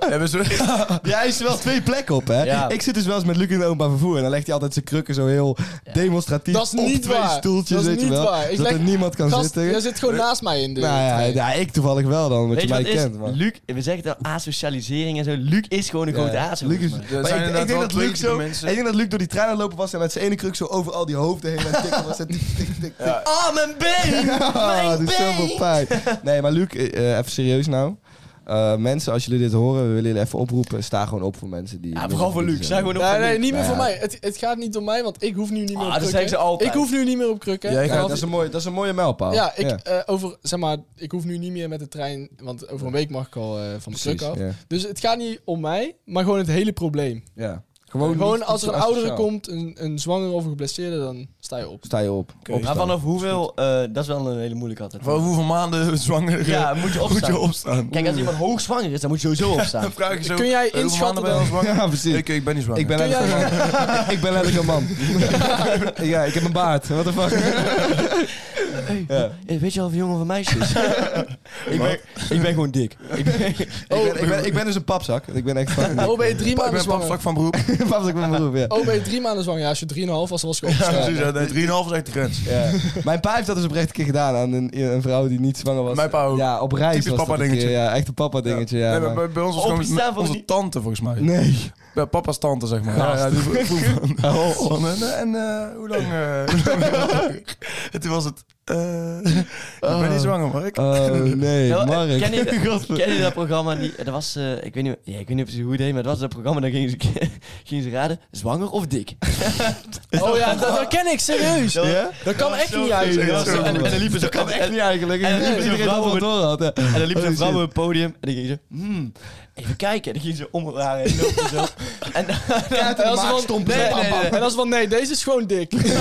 S5: Hebben ze...
S3: Ja, hij is er wel twee plekken op, hè?
S2: Ja.
S3: Ik zit dus wel eens met Luc in de openbaar vervoer en dan legt hij altijd zijn krukken zo heel demonstratief
S4: Dat is niet
S3: op twee
S4: waar.
S3: stoeltjes,
S4: Dat is
S3: weet je
S4: niet
S3: wel.
S4: waar. Ik
S3: Zodat
S4: leg-
S3: er niemand kan
S4: Gast,
S3: zitten.
S4: jij zit gewoon naast mij in de
S3: nou ja,
S4: trein.
S3: ja, ik toevallig wel dan, omdat
S2: Weet
S3: je
S2: je wat
S3: mij
S2: het
S3: kent.
S2: is?
S3: maar-
S2: Luc, we zeggen dat asocialisering en zo. Luc is gewoon een
S3: Ja.
S2: grote aas.
S3: Luc is-
S2: volgens mij.
S5: Er
S3: Maar
S5: zijn
S3: ik, ik
S5: inderdaad
S3: denk
S5: wel
S3: dat
S5: twee,
S3: Luc
S5: drie
S3: zo,
S5: mensen.
S3: ik denk dat Luc door die trein aan het lopen was en met zijn ene kruk zo over al die hoofden heen aan het tikken was. En tik, tik, tik, tik.
S2: Ah,
S3: [LAUGHS]
S2: mijn been!
S3: Ah,
S2: Mijn
S3: dit is
S2: been!
S3: zoveel pijn. Nee, maar Luc, eh, eh, even serieus nou. Eh, mensen, als jullie dit horen, we willen jullie even oproepen. Sta gewoon op voor mensen die...
S2: Ja, vooral voor Luc. Zijn gewoon op
S4: Nee,
S2: voor
S4: nee,
S2: Luc.
S4: niet meer
S3: Nou
S4: voor
S3: ja.
S4: mij. Het, het gaat niet om mij, want ik hoef nu niet meer
S2: Ah,
S4: op
S2: dat
S4: krukken.
S2: zeggen ze altijd.
S4: Ik hoef nu niet meer op krukken.
S5: Ja, ik
S3: Ja,
S4: Vanaf-
S3: dat, is een mooie, dat is een mooie mijlpaal.
S4: ja, ik, eh, over, zeg maar, ik hoef nu niet meer met de trein, want over een week mag ik al eh, van mijn
S3: Precies,
S4: kruk af.
S3: ja.
S4: Dus het gaat niet om mij, maar gewoon het hele probleem.
S3: Ja.
S4: gewoon
S3: niet
S4: als
S3: [LAUGHS]
S4: er een
S3: zo
S4: oudere
S3: asociaal.
S4: komt, een, een zwangere of een geblesseerde, dan sta je op.
S3: Sta je op.
S5: Oké.
S2: Maar
S3: [LAUGHS]
S2: vanaf hoeveel, eh, dat is wel een hele moeilijke altijd.
S5: Voor hoeveel maanden zwanger
S2: Ja, moet je opstaan.
S5: opstaan?
S2: Kijk, als iemand hoogzwanger is, dan moet je sowieso opstaan.
S5: Dan vraag je zo,
S4: Kun jij
S5: hoeveel
S4: inschatten
S5: maanden ben je al
S4: dan?
S5: zwanger?
S3: Ja, precies.
S5: Ik, ik ben niet zwanger.
S3: Ik ben
S4: Kun
S3: letterlijk een man. ik ben letterlijk een
S4: [LAUGHS]
S3: man. ja, ik heb een baard. What the fuck?
S2: Eh, Weet je al of jongen of een meisje
S3: [LAUGHS]
S2: is? ik, ben, ik ben gewoon dik. Ik ben,
S3: ik, ben, ik, ben, ik ben dus een papzak. Ik ben echt
S4: [LAUGHS]
S3: fucking...
S4: Oh, ben je drie
S5: ik
S4: maanden
S5: ben
S4: zwanger?
S5: papzak van
S3: [LAUGHS]
S5: beroep.
S3: papzak met mijn beroep, ja.
S4: Oh, ben je drie maanden zwanger? Ja, als je drieënhalf was, dan was ik
S5: Ja,
S4: opgestaan.
S5: precies. ja, nee, 3,5 is echt de grens.
S3: Ja. Mijn pa heeft dat dus oprecht een keer gedaan aan een, een vrouw die niet zwanger was.
S5: Mijn pa ook.
S3: Ja, op reis
S5: Typisch
S3: was dat een
S5: papa-dingetje.
S3: keer, Ja, echt een papa dingetje. Ja,
S5: nee,
S3: maar-
S5: maar bij, bij ons was
S2: Op
S5: gewoon
S2: die staan van
S5: onze
S2: die-
S5: tante volgens mij.
S3: Nee.
S5: Ja, papa's tante, zeg maar. Ja, ja, die vroeg- vroeg van, [LAUGHS] oh, oh, en, eh, en eh, hoe lang? eh, hoe lang ben je zwanger? [LAUGHS] en toen was het, eh, ik ben niet zwanger, maar ik...
S3: Oh nee,
S2: Nou, eh,
S3: Mark.
S2: Ken je,
S3: [LAUGHS]
S2: ken je dat programma? Die, dat was, eh, ik, weet niet, ja, ik weet niet of ze hoe het deed, maar dat was dat programma. Dan gingen ze, [LAUGHS] gingen ze raden, zwanger of dik. [LAUGHS]
S4: Oh ja, dat, dat ken ik, serieus.
S3: Oh. Ja?
S4: Dat kan echt niet
S2: En
S4: eigenlijk.
S2: en- en dan liepen ze
S3: kan echt
S2: en-
S3: niet eigenlijk.
S2: en- en-
S3: Iedereen
S2: en-
S3: dat wel door had.
S4: [LAUGHS]
S3: ja.
S2: en dan liepen
S3: Oh,
S2: ze vrouwen
S3: shit.
S2: op het podium en dan gingen ze, hmm, even kijken. En dan gingen ze om elkaar heen lopen zo. En
S4: [LAUGHS]
S2: dan,
S4: En als er van, nee, nee, nee, nee. En als er van, nee, deze is gewoon
S3: [LAUGHS]
S4: dik. ja,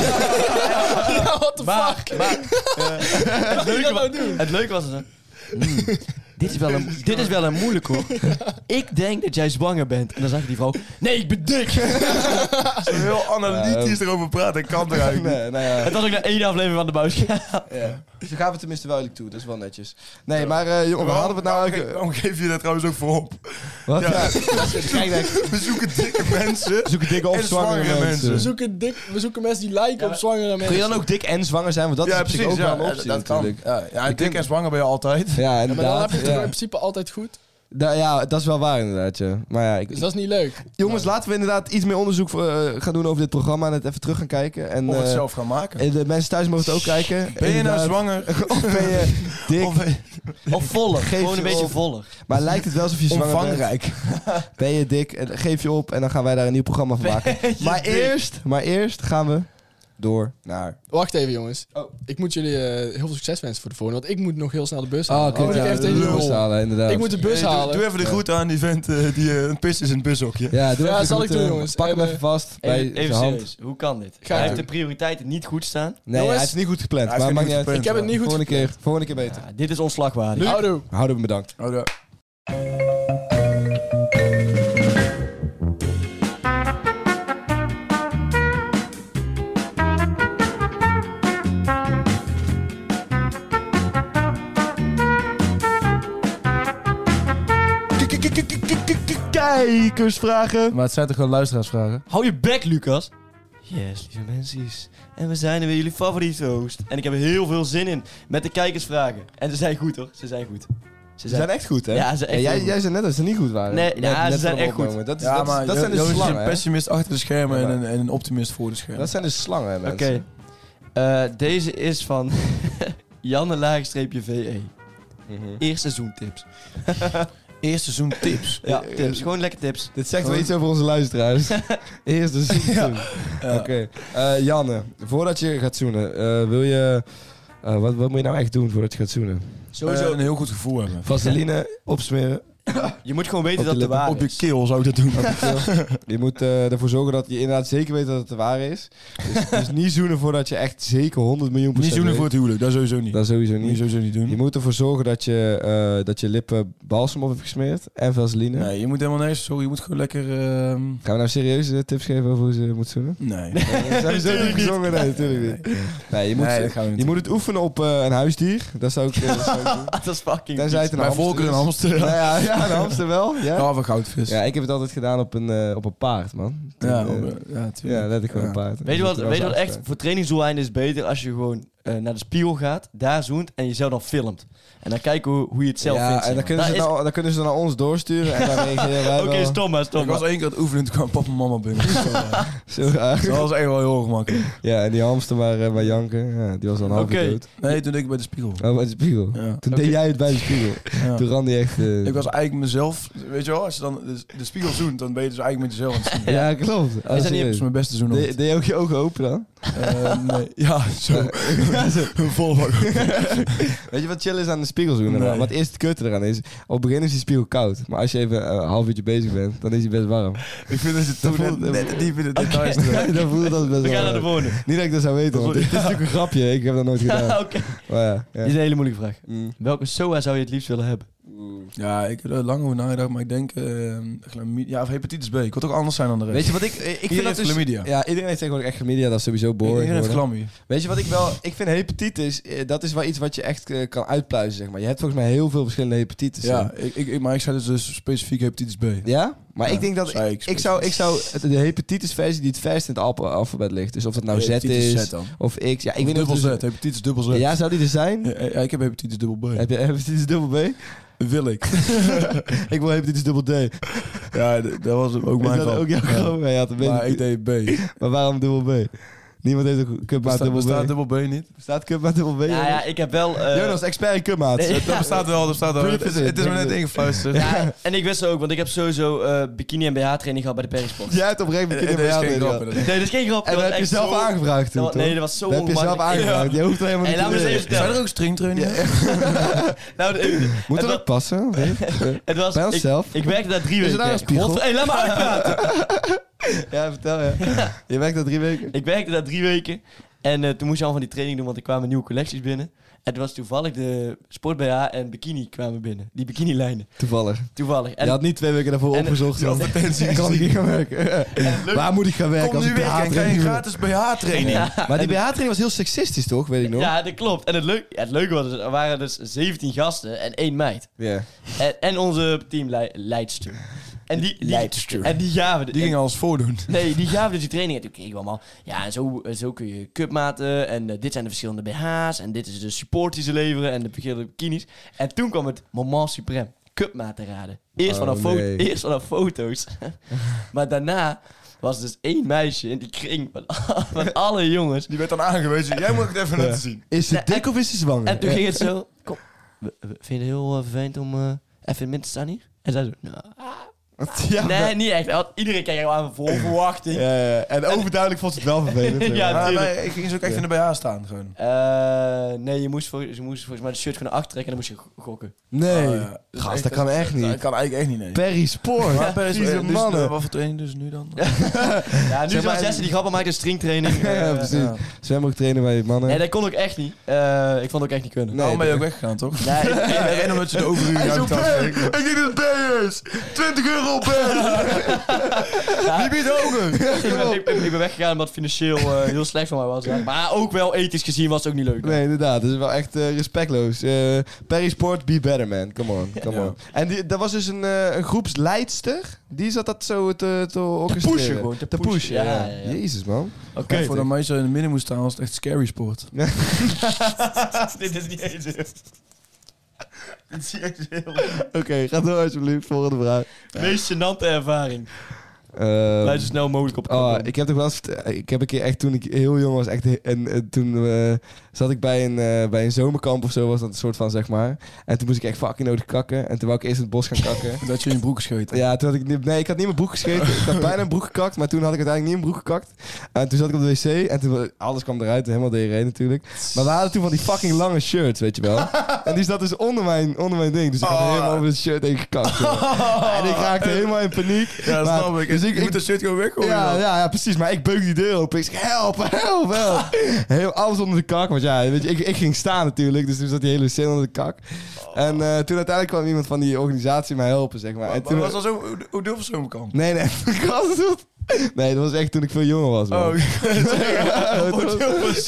S4: what the
S2: maar,
S4: fuck?
S2: maar het,
S4: Wat moet je
S2: leuke
S4: dat
S2: was,
S4: nou doen?
S2: het leuke was dan, "Hmm, dit is, wel een, dit is wel een moeilijk
S4: [LAUGHS]
S2: hoor. Ik denk dat jij zwanger bent. En dan zag je die vrouw, nee, ik ben dik.
S4: [LAUGHS]
S5: Als we heel analytisch erover praten, kan er eigenlijk niet.
S3: Nee, nou ja.
S2: Het was ook na één aflevering van de buis.
S5: [LAUGHS]
S3: Ja. Ze gaven tenminste wel eerlijk toe, dat is wel netjes. Nee, maar eh jongen, we
S5: Waarom-
S3: hadden we het nou
S5: waarom-
S3: eigenlijk...
S5: Waarom geef je dat trouwens ook voor op?
S3: Wat?
S5: Ja.
S3: Ja. [LAUGHS] Kijk, nee,
S5: We zoeken
S3: [LAUGHS]
S5: dikke mensen.
S3: zoeken dikke of
S5: En
S3: zwangere,
S5: zwangere
S3: mensen.
S4: We zoeken, dik, we zoeken mensen die lijken op zwangere
S3: Kun
S4: mensen.
S3: je dan ook dik en zwanger zijn? Want dat
S5: ja,
S3: is op zich
S5: precies.
S3: ook
S5: Ja, eh,
S3: wel een optie
S5: dat kan.
S3: natuurlijk.
S5: Ja, ja,
S3: Ik
S5: dik
S3: denk-
S5: en zwanger ben je altijd.
S3: Ja,
S4: Ja, maar dan heb
S3: inderdaad.
S4: je het toch in
S3: Ja,
S4: principe altijd goed.
S3: Da- ja, dat is wel waar inderdaad. Ja. Maar ja, ik,
S4: Dus dat is niet leuk.
S3: jongens, laten we inderdaad iets meer onderzoek voor, eh, gaan doen over dit programma. En het even terug gaan kijken. En,
S5: Of het
S3: eh,
S5: zelf gaan maken.
S3: en de mensen thuis mogen het ook kijken.
S5: Ben je nou
S3: Inderdaad.
S5: zwanger?
S3: Of ben je dik?
S5: [LAUGHS]
S3: [LAUGHS]
S5: Of eh, ben je
S2: Of voller,
S3: Geef
S2: gewoon een
S3: je
S2: beetje
S3: op.
S2: voller.
S3: Maar lijkt het wel alsof je zwanger
S5: omvangrijk?
S3: bent? [LAUGHS] Ben je dik? En geef je op en dan gaan wij daar een nieuw programma van maken. Maar eerst, maar eerst gaan we door naar...
S4: Wacht even, jongens. Ik moet jullie eh, heel veel succes wensen voor de volgende. Want ik moet nog heel snel Ah, de bus halen.
S3: kut,
S4: Moet ik,
S3: Ah, ja,
S4: even tegen
S3: lul.
S4: jullie zeggen?
S3: halen, inderdaad.
S4: ik moet de
S5: Hey,
S4: bus
S5: doe-
S4: halen.
S5: Doe even de groet aan die vent eh, die eh, een pis is in het bushokje.
S3: Ja, doe
S4: Ja,
S3: even de
S4: zal ik
S3: groeten.
S4: doen, jongens.
S3: Pak hem
S4: En,
S3: even vast bij
S2: Even, even
S3: zijn hand.
S2: serieus, hoe kan dit?
S4: Ga
S2: Hij
S4: ik
S2: heeft de prioriteiten niet goed staan.
S3: Nee,
S4: Jongens,
S3: hij is niet goed gepland.
S5: hij is
S3: maar
S5: niet
S3: maakt niet
S5: goed
S3: uit.
S5: gepland.
S4: Ik heb het niet goed
S3: Volgende keer, volgende keer beter.
S2: Ja, dit is ontslagwaardig.
S4: Houdoe.
S3: Houden we bedankt.
S5: Oh, ja.
S3: Kijkersvragen.
S5: Maar het zijn toch gewoon luisteraarsvragen?
S2: Hou je bek, Lucas. Yes, lieve mensen. En we zijn er weer, jullie favoriete host. En ik heb er heel veel zin in met de kijkersvragen. En ze zijn goed, hoor. Ze zijn goed. Ze
S3: Ze zijn echt goed, hè?
S2: Ja, ze zijn echt
S3: jij,
S2: heel goed.
S3: jij zei net dat ze niet goed waren.
S2: Nee,
S3: Net-
S2: ja, ze
S3: net
S2: zijn
S3: van
S2: echt goed.
S3: opkomen. Dat, is,
S5: Ja,
S3: Dus dat, is-
S5: maar
S3: dat zijn de
S5: Joris is
S3: slangen,
S5: een
S3: hè?
S5: pessimist achter de schermen
S3: Ja, maar-
S5: en, een, en een optimist voor de schermen.
S3: Dat zijn de slangen, hè,
S2: Oké.
S3: mensen.
S2: Eh, deze is van [LAUGHS] Janne Laagstreepje VE.
S3: Mhm.
S2: Eerste seizoentips.
S5: eerste seizoen
S3: [LAUGHS]
S5: tips.
S2: Ja,
S3: Eh,
S2: tips. Gewoon lekker tips.
S3: Dit zegt wel iets over onze
S5: [LAUGHS]
S3: luisteraars. Eerst de zoen. Oké. Eh, Janne, voordat je gaat zoenen, eh, wil je... eh, wat, wat moet je nou echt doen voordat je gaat zoenen?
S5: Sowieso een heel goed gevoel hebben. [LAUGHS]
S3: Vaseline opsmeren.
S2: Je moet gewoon weten
S3: Op
S2: dat
S3: de
S2: het waar
S5: Op je
S2: is.
S5: keel zou ik dat
S3: [LAUGHS]
S5: doen. [LAUGHS]
S3: Je moet eh, ervoor zorgen dat je inderdaad zeker weet dat het de waar is. Dus, dus niet zoenen voordat je echt zeker 100 miljoen
S5: niet
S3: procent
S5: zoenen
S3: weet.
S5: voor het huwelijk, dat sowieso niet. Dat
S3: Dat sowieso
S5: moet je
S3: niet.
S5: sowieso niet
S3: Je
S5: doen.
S3: moet ervoor zorgen dat je, eh, dat je lippen balsem op hebt gesmeerd en vaseline.
S5: Nee, je moet helemaal niks. Sorry, je moet gewoon lekker... ehm,
S3: Gaan we nou serieus eh, tips geven over hoe ze moet
S5: [LAUGHS]
S3: zoenen?
S5: Nee.
S3: Zijn we zo niet gezongen? Nee, natuurlijk niet. Nee, je moet,
S5: Nee, dat gaan we niet
S3: je
S5: doen.
S3: moet het oefenen op eh, een huisdier. Dat zou ik, eh, dat zou ik doen.
S2: [LAUGHS] Dat is fucking
S3: Tenzij het een
S5: Bij
S3: hamster
S5: voorkeur een
S3: is.
S5: hamster. [LAUGHS]
S3: Nou
S5: Ja,
S3: [LAUGHS] ja, ja, een hamster wel. Ja?
S5: of een goudvis.
S3: ja, ik heb het altijd gedaan op een, eh, op een paard, man. Toen,
S5: Ja,
S3: eh,
S5: op- ja, tuurlijk.
S3: ja, let ik gewoon
S5: Ja.
S3: op paard.
S2: Weet je wat,
S3: Dat was
S2: weet je wat echt
S3: afspraak.
S2: voor trainingsdoeleinden is beter als je gewoon eh, naar de spiegel gaat, daar zoent en jezelf dan filmt. En dan kijken hoe, hoe je het zelf
S3: ja,
S2: vindt.
S3: en dan
S2: zeg
S3: kunnen,
S2: maar.
S3: ze
S2: Dat
S3: nou, dan kunnen ze naar ons doorsturen en dan reageren wij
S2: is- Oké,
S3: wel.
S2: stom maar, stom
S5: Ik was
S2: maar.
S5: één keer aan het oefenen, toen kwam papa en mama
S3: [LAUGHS]
S5: binnen. Zo, ja.
S3: Zo graag.
S5: Dat was echt wel heel ongemakkelijk.
S3: Ja, en die hamster waar, eh, waar janken, ja, die was al een half
S2: Oké.
S3: uur dood.
S5: Nee, toen deed ik bij de spiegel.
S3: Oh, bij de spiegel.
S5: Ja.
S3: Toen deed jij het bij de spiegel.
S5: Ja.
S3: Toen ran die echt... eh,
S5: Ik was eigenlijk mezelf, weet je wel, als je dan de, de spiegel zoent, dan ben je dus eigenlijk met jezelf aan het zoenen.
S3: Ja, klopt. Oh,
S5: dat
S3: serieus.
S5: is mijn beste zoen
S3: Deed
S5: ooit.
S3: deed je ook je ogen open dan?
S5: Eh,
S3: [LAUGHS]
S5: nee. Ja, zo. Vol
S3: Weet je wat chill is aan de spiegel zoenen?
S5: Nee.
S3: man? Wat eerst het kutte eraan is, op het begin is die spiegel koud. Maar als je even eh, een half uurtje bezig bent, dan is die best
S5: [LAUGHS]
S3: warm.
S5: Ik vind dat je
S2: [LAUGHS]
S3: toen
S5: toen
S3: net-
S5: net,
S3: net
S5: diep in de details
S3: dan voelde dat best
S2: We gaan
S3: warm.
S2: naar de volgende.
S3: Niet dat ik dat zou weten, want het is natuurlijk een grapje. Ik heb dat [LAUGHS] nooit gedaan.
S2: Oké.
S3: Maar ja, ja.
S2: Dit is een hele moeilijke vraag.
S3: Mm.
S2: Welke SOA zou je het liefst willen hebben?
S5: Ja, ik heb er lang over nagedacht, maar ik denk... ehm, chlamydia- ja, of hepatitis B. Ik wil toch anders zijn dan de rest.
S3: Weet je wat ik... Ik vind
S5: Iedereen heeft
S3: dat dus...
S5: chlamydia.
S3: Ja, iedereen heeft tegenwoordig echt chlamydia. Dat is sowieso boring.
S5: Iedereen heeft
S3: geworden.
S5: chlamydia.
S3: Weet je wat ik wel... Ik vind hepatitis, eh, dat is wel iets wat je echt eh, kan uitpluizen, zeg maar. Je hebt volgens mij heel veel verschillende hepatitis.
S5: Ja, ik, ik, ik- maar ik zei dus, dus specifiek hepatitis B.
S3: Ja? nou, Maar
S5: Ja,
S3: ik denk dat...
S5: zei
S3: Ik, ik zou, ik zou het- de hepatitis versie die het verst in het alfa- alfabet ligt. Dus of het nou Z
S5: Hepatitis
S3: is,
S5: Z dan.
S3: of X. Ja, ik
S5: Ik
S3: weet niet
S5: dubbel
S3: of
S5: Z,
S3: het
S5: hepatitis dubbel Z.
S3: dus- Ja, zou die er zijn?
S5: Ja, ja, ik heb hepatitis dubbel B.
S3: Heb je hepatitis dubbel
S5: [LAUGHS]
S3: B?
S5: Wil
S3: [LAUGHS]
S5: ik.
S3: ik wil hepatitis dubbel D. Is
S5: Ja, d- dat was ook mijn
S3: dat
S5: geval.
S3: ook jouw
S5: ja.
S3: grap? Ja, je had een
S5: Maar
S3: beetje-
S5: ik [LAUGHS] deed B.
S3: Maar waarom dubbel B? Niemand heeft een cupmaat
S5: Besta-
S3: dubbel B.
S5: Bestaat dubbel B [LAUGHS] niet?
S3: Bestaat cupmaat dubbel B?
S2: Ja, ja, ik heb wel... eh,
S3: Jonas, expert in cupmaat.
S2: Nee.
S5: Dat bestaat wel, dat bestaat wel. Het is, het is me net ingefluisterd. [LAUGHS]
S2: ja, en ik wist het ook, want ik heb sowieso eh, bikini en BH training gehad bij de
S3: [LAUGHS]
S2: Perisport.
S3: Jij hebt op een gegeven
S5: Eh,
S3: moment
S5: dat is
S3: inderdaad
S5: geen
S3: weer
S5: grap,
S3: wel.
S5: inderdaad.
S2: Nee, dat is geen grap.
S3: En
S2: dat
S3: dat
S2: was
S3: heb je
S2: echt
S3: zelf
S2: zo-
S3: aangevraagd
S2: dat
S3: toen,
S2: was-
S3: toch?
S2: Nee, dat was zo
S3: Dat heb je zelf
S2: ongemakkelijk.
S3: aangevraagd. Je hoeft er helemaal
S2: Hey,
S3: niet
S2: laat me
S3: te
S2: eens
S3: leren.
S2: even vertellen.
S5: ook stringtrainingen?
S2: Nou, de-
S3: Moet
S2: Het
S3: dat
S2: wa-
S3: ook passen? Nee?
S2: het was...
S3: Bij
S2: ik-
S3: onszelf?
S2: Ik werkte daar drie
S3: Is er
S2: weken.
S3: daar een spiegel?
S2: Godver- hey, laat me uitpraten.
S3: [LAUGHS] Ja, vertel ja. Je werkt al drie weken?
S2: Ik werkte daar drie weken. En eh, toen moest je al van die training doen, want er kwamen nieuwe collecties binnen. En het was toevallig de sport BH en bikini kwamen binnen. Die bikinilijnen.
S3: Toevallig.
S2: Toevallig. En
S3: je had niet twee weken daarvoor
S2: en- [LAUGHS]
S3: opgezocht.
S2: die
S3: want
S2: advertenties
S3: kan ik niet gaan werken. Waar moet ik gaan werken
S5: Kom
S3: als
S5: nu
S3: ik
S5: weer
S3: BH
S5: en krijg je
S3: training wil?
S5: gratis BH-training.
S2: ja,
S3: Maar die
S2: en-
S3: BH-training was heel seksistisch, toch? Weet ik nog.
S2: ja, dat klopt. En het, leuk, ja, het leuke was, er waren dus 17 gasten en één meid.
S3: Ja.
S2: En, en onze teamleidster. En die, die,
S5: Leidster.
S2: En die gaven...
S5: Die
S2: en-
S5: gingen alles voordoen.
S2: [LAUGHS] Nee, die gaven dus die training. En toen kreeg ik allemaal... Ja, en zo, eh, zo kun je cupmaten. En eh, dit zijn de verschillende BH's. En dit is de support die ze leveren. En de verschillende bikinis. En toen kwam het moment suprême. Cupmaten raden. Eerst,
S3: Oh,
S2: vanaf fo-
S3: nee.
S2: eerst vanaf foto's. [LAUGHS] maar daarna was er dus één meisje in die kring van, [LAUGHS] van alle jongens.
S5: Die werd dan aangewezen. Jij moet het even laten zien.
S3: Is ze
S2: Nee,
S3: dik of is ze zwanger?
S2: En toen ging het zo... Kom, we- we- vind je het heel eh, vervelend om eh, even in min te staan hier? En zij zo... "Nou,
S3: [LAUGHS] Ja,
S2: nee, niet echt. Want iedereen keek er
S3: [LAUGHS]
S2: aan vol verwachting.
S3: Ja, ja. En overduidelijk vond ze het wel vervelend.
S2: [LAUGHS] Ja,
S3: Ja.
S5: Ja,
S2: tuurlijk.
S5: nee, ik ging ze ook echt in de BH staan. Gewoon.
S2: Eh, nee, je moest, vol- je moest volgens mij de shirt kunnen aftrekken en dan moest je go- gokken.
S3: Nee.
S5: Oh, ja. Dus
S3: Gast, dat kan echt
S5: Dat
S3: niet.
S5: kan eigenlijk echt niet, nee.
S3: Perry Spoor.
S5: Maar per-
S3: Vieze
S5: eh, dus,
S3: mannen.
S5: eh, Wat voor training dus nu dan?
S2: Ja, nu
S3: Zeg
S2: zoals
S3: maar-
S2: Jesse die grappen maakt een stringtraining.
S3: Ja,
S2: eh,
S3: ja, precies.
S5: ja.
S3: Zwembroek trainen bij mannen.
S2: nee, dat kon ook echt niet. Eh, ik vond het ook echt niet kunnen.
S5: Nou,
S3: Nee,
S5: ben je ook weggegaan, [LAUGHS] toch?
S2: Nee, ik- ik-
S5: En omdat je de overuren uit had.
S3: ik denk dat het Perry is. 20 euro op
S2: ja,
S3: biedt hoger.
S2: ik, ben, ik ben- ik ben weggegaan omdat het financieel eh, heel slecht voor mij was. ja. Maar ook wel ethisch gezien was het ook niet leuk.
S3: Nee, inderdaad. Dat is wel echt eh, respectloos. Eh, Perry Sport, be better, man. Come
S2: [LAUGHS]
S3: on. Come on. En die, dat was dus een, eh, een groepsleidster. Die zat dat zo te, te orchestreren.
S2: pushen gewoon, te pushen.
S3: pushen, ja.
S2: Ja, ja, ja.
S3: Jezus, man.
S2: Oké.
S5: Voor dat meisje in het midden moest staan was het echt scary sport.
S2: Dit is niet eens.
S3: Oké, ga door alsjeblieft. Volgende vraag.
S2: Meest gênante ervaring.
S3: Ehm,
S2: Blijf zo snel mogelijk op het
S3: Oh,
S2: knop.
S3: ik heb toch wel eens vert- ik heb een keer echt toen ik heel jong was echt he- en, eh, toen eh, zat ik bij een, eh, bij een zomerkamp of zo was dat een soort van zeg maar en toen moest ik echt fucking nodig kakken en toen wou ik eerst in het bos gaan kakken.
S5: Dat je in je broek scheet.
S3: Ja, toen had ik niet- nee, ik had niet mijn broek gescheten. Ik had bijna een broek gekakt, maar toen had ik uiteindelijk niet mijn broek gekakt. En toen zat ik op de wc en toen eh, alles kwam eruit, helemaal DRE natuurlijk. Maar we hadden toen van die fucking lange shirts, weet je wel.
S5: [LAUGHS]
S3: En die zat dus onder mijn, onder mijn ding. Dus ik had
S5: Oh.
S3: helemaal over het shirt heen
S5: [LAUGHS]
S3: gekakt. jongen. En ik raakte helemaal in paniek.
S5: Ja, dat
S3: Maar-
S5: snap ik.
S3: Dus ik,
S5: je moet
S3: ik,
S5: dat shit gewoon weggooien.
S3: ja,
S5: dan.
S3: ja, ja, precies. Maar ik beuk die deur open. Ik zeg, help, help,
S5: [LAUGHS]
S3: help. Heel, alles onder de kak. Want ja, weet je, ik, ik ging staan natuurlijk. Dus toen zat die hele scène onder de kak. En eh, toen uiteindelijk kwam iemand van die organisatie mij helpen, zeg maar. En
S5: Oh. Maar
S3: toen,
S5: was dat zo, hoe- hoe durf je zo'n kant?
S3: Nee, nee. [LAUGHS] gast, dat- Nee, dat was echt toen ik veel jonger was.
S5: Oh,
S3: man.
S5: Ja,
S3: dat was-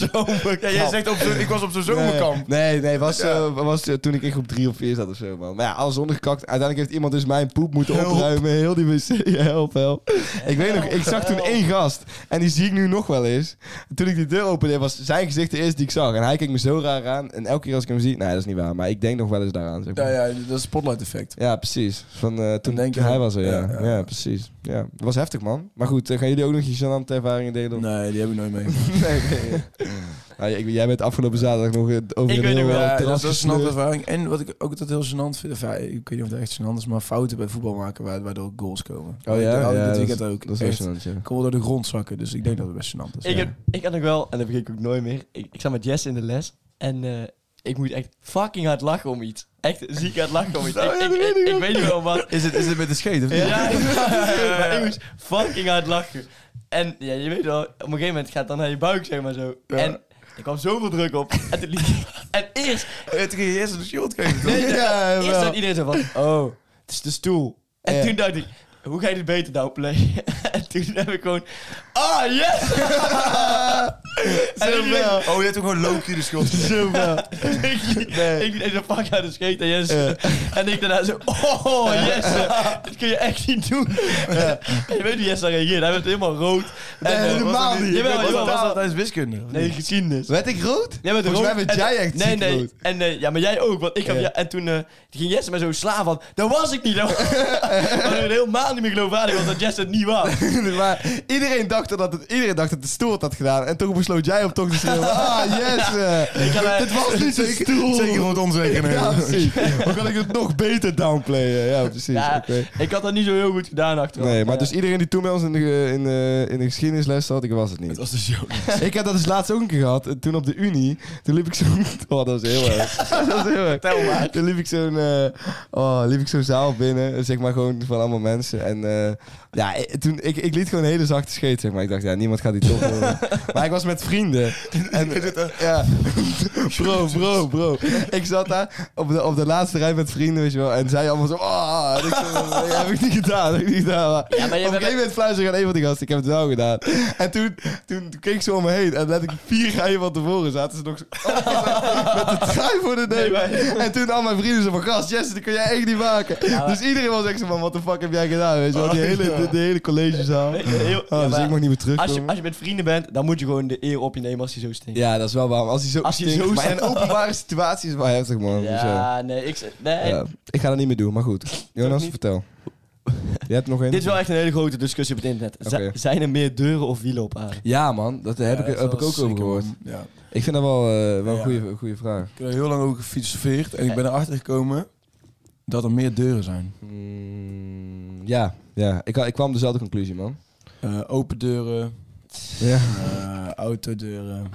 S5: Ja, jij zegt, op zo, ik was op zo'n
S3: Nee,
S5: zomerkamp.
S3: nee, nee was, eh, was eh, toen ik echt op drie of vier zat of zo, man. Maar ja, alles ondergekakt. Uiteindelijk heeft iemand dus mijn poep moeten opruimen. Heel die wc. [LAUGHS] Help, help. Ik weet nog, ik zag toen één gast. En die zie ik nu nog wel eens. Toen ik die deur opende, was zijn gezicht de eerste die ik zag. En hij keek me zo raar aan. En elke keer als ik hem zie... Nee, dat is niet waar. Maar ik denk nog wel eens daaraan, zeg maar.
S5: Ja, ja, dat is spotlight effect.
S3: Ja, precies. Van, eh, toen
S5: denk je
S3: hij
S5: wel.
S3: was er, ja. Ja,
S5: Ja, ja.
S3: precies. Ja, dat was heftig, man. Maar goed, eh, gaan jullie ook nog je gênante ervaringen delen? Of-
S5: Nee, die heb ik nooit mee.
S3: [LAUGHS] nee, nee. Nou, ik- jij bent afgelopen zaterdag nog eh, over
S2: Ik
S3: een heel
S2: weet nog wel,
S3: eh,
S5: [LAUGHS] Ja,
S3: terras
S5: dat is dus een
S3: gesleurd.
S5: andere ervaring. En wat ik ook altijd heel gênant vind, of ja, ik weet niet of het echt gênant is, maar fouten bij voetbal maken wa- waardoor goals komen.
S3: Oh ja,
S5: Dat had ik
S3: ja,
S5: dit
S3: dat-
S5: weekend ook.
S3: Dat is
S5: Echt.
S3: wel gênant, ja.
S5: Ik hoor door de grond zakken, dus ik denk dat het best gênant is.
S2: Ik,
S5: ja.
S2: heb, ik had nog wel, en dat vergeet ik ook nooit meer. Ik, ik zat met Jess in de les en eh, ik moet echt fucking hard lachen om iets. Echt ziek hard lachen om iets. ik, ik, ik, ik weet niet wel wat.
S5: Is het, is het met de scheet of niet?
S2: Ja, ik, maar ik moest fucking hard lachen. En ja, je weet wel, op een gegeven moment gaat het dan naar je buik, zeg maar zo. En er kwam zoveel druk op. En, toen liet- en eerst,
S5: Het ging eerst een shield geven.
S2: [LAUGHS] nee,
S3: Ja,
S2: eerst
S3: wel.
S2: zat iedereen zo van, oh, het is de stoel. En
S3: Ja.
S2: toen [LAUGHS] dacht ik, hoe ga je dit beter downplayen? [LAUGHS] en toen heb ik gewoon, ah,
S3: [LAUGHS]
S2: yes! en iedereen-
S5: Oh, je hebt ook gewoon Loki de [LAUGHS] schuld.
S2: Zo ik liet- ik liet deze pak aan de scheet en Jens. En ik daarna zo, oh Jens, dat kun je echt niet doen. [LAUGHS] En je weet hoe Jens daar reageerde, hij werd helemaal rood. En, eh,
S3: helemaal
S2: was-
S3: niet.
S2: Jawel,
S3: Ik
S2: jawel,
S3: was
S2: was
S3: daar-
S2: dat-
S5: is wiskunde.
S2: Nee, geschiedenis.
S3: Werd ik rood?
S2: Jij bent
S3: Volgens mij
S2: rood.
S3: werd
S2: En-
S3: jij echt
S2: Nee,
S3: ziek
S2: nee.
S3: rood. [LAUGHS]
S2: En, eh, ja, maar jij ook. Want ik heb,
S3: Ja.
S2: ja, en toen eh, ging Jesse met zo'n sla van... Dat was ik niet. Dat
S3: [LAUGHS]
S2: was [LAUGHS] een heel maand niet meer geloofwaardig was dat Jesse het niet was.
S3: maar iedereen dacht, dat het, iedereen dacht dat de stoel het had gedaan. En toch besloot jij op toch te
S2: [LAUGHS]
S3: schreeuwen. Ah, yes. eh.
S2: Ik had, eh,
S3: Dit was
S2: [LAUGHS]
S3: niet de stoel.
S5: Zeker rond onzekerheid.
S3: Ja, precies. [LAUGHS] Hoe kan ik het nog beter downplayen? Ja, precies.
S2: ja,
S3: oké.
S2: Ik had dat niet zo heel goed gedaan achteraf.
S3: Nee, maar
S2: Ja.
S3: dus iedereen die toen bij ons in de, ge- in de, in de geschiedenisles zat, ik was het niet.
S5: was de show.
S3: [LAUGHS] Ik heb dat dus laatst ook een keer gehad. eh, Toen op de Unie. Toen liep ik zo'n... [LAUGHS] Oh, dat was heel erg. [LAUGHS] dat was heel erg.
S2: Vertel maar.
S3: Toen liep ik zo'n... eh, oh, liep ik zo'n zaal binnen. eh, Zeg maar gewoon van allemaal mensen. En eh, ja, eh, toen, ik, ik liet gewoon een hele zachte scheet, zeg maar. Ik dacht, ja, niemand gaat die top horen. maar ik was met vrienden. En, ja. bro, bro, bro. Ik zat daar op de, op de laatste rij met vrienden, weet je wel. En zij allemaal zo... ah En ik zo, "Nee, heb ik niet gedaan, heb ik niet gedaan. Maar
S2: Ja, maar je
S3: op een
S2: bent-
S3: gegeven moment fluisterde ik aan een van die gasten, ik heb het wel gedaan. En toen, toen keek ik zo om me heen en let ik vier rijen van tevoren zaten ze nog zo, "Oh, met de trui voor de neus. en toen al mijn vrienden zo van, gast, Jesse, dat kun jij echt niet maken. dus iedereen was echt zo van, wat de fuck heb jij gedaan, weet je wel. Die hele, de, de hele collegezaal.
S2: Weet je, heel-
S3: Oh,
S2: Oh, ja,
S3: dus
S2: maar
S3: ik mag niet meer
S2: Als je,
S3: terugkomen.
S2: als je met vrienden bent, dan moet je gewoon de eer op je nemen als je zo stinkt.
S3: Ja, dat is wel waar. maar Als hij zo
S2: Als hij
S3: stinkt-
S2: zo
S3: maar in openbare situaties is wel heftig, man.
S2: Ja,
S3: Hoezo?
S2: nee, ik, nee
S3: dus, Ja, ik ga dat niet meer doen, maar goed. Jonas,
S2: niet? [LAUGHS]
S3: vertel. Je hebt nog één?
S2: dit is wel echt een hele grote discussie op het internet. Z-
S3: Oké.
S2: Zijn er meer deuren of wielen op aarde?
S3: Ja, man. Dat heb, ik, heb ik ook over gehoord.
S5: Ja.
S3: Ik vind dat wel, eh, wel
S5: Ja.
S3: een goede, goede vraag.
S5: Ik heb er heel lang over gefilosofeerd en ik ben erachter gekomen dat er meer deuren zijn.
S3: Mm, ja, ja. Ik, ik kwam dezelfde conclusie, man.
S5: Eh, open deuren,
S3: Ja.
S5: eh, autodeuren.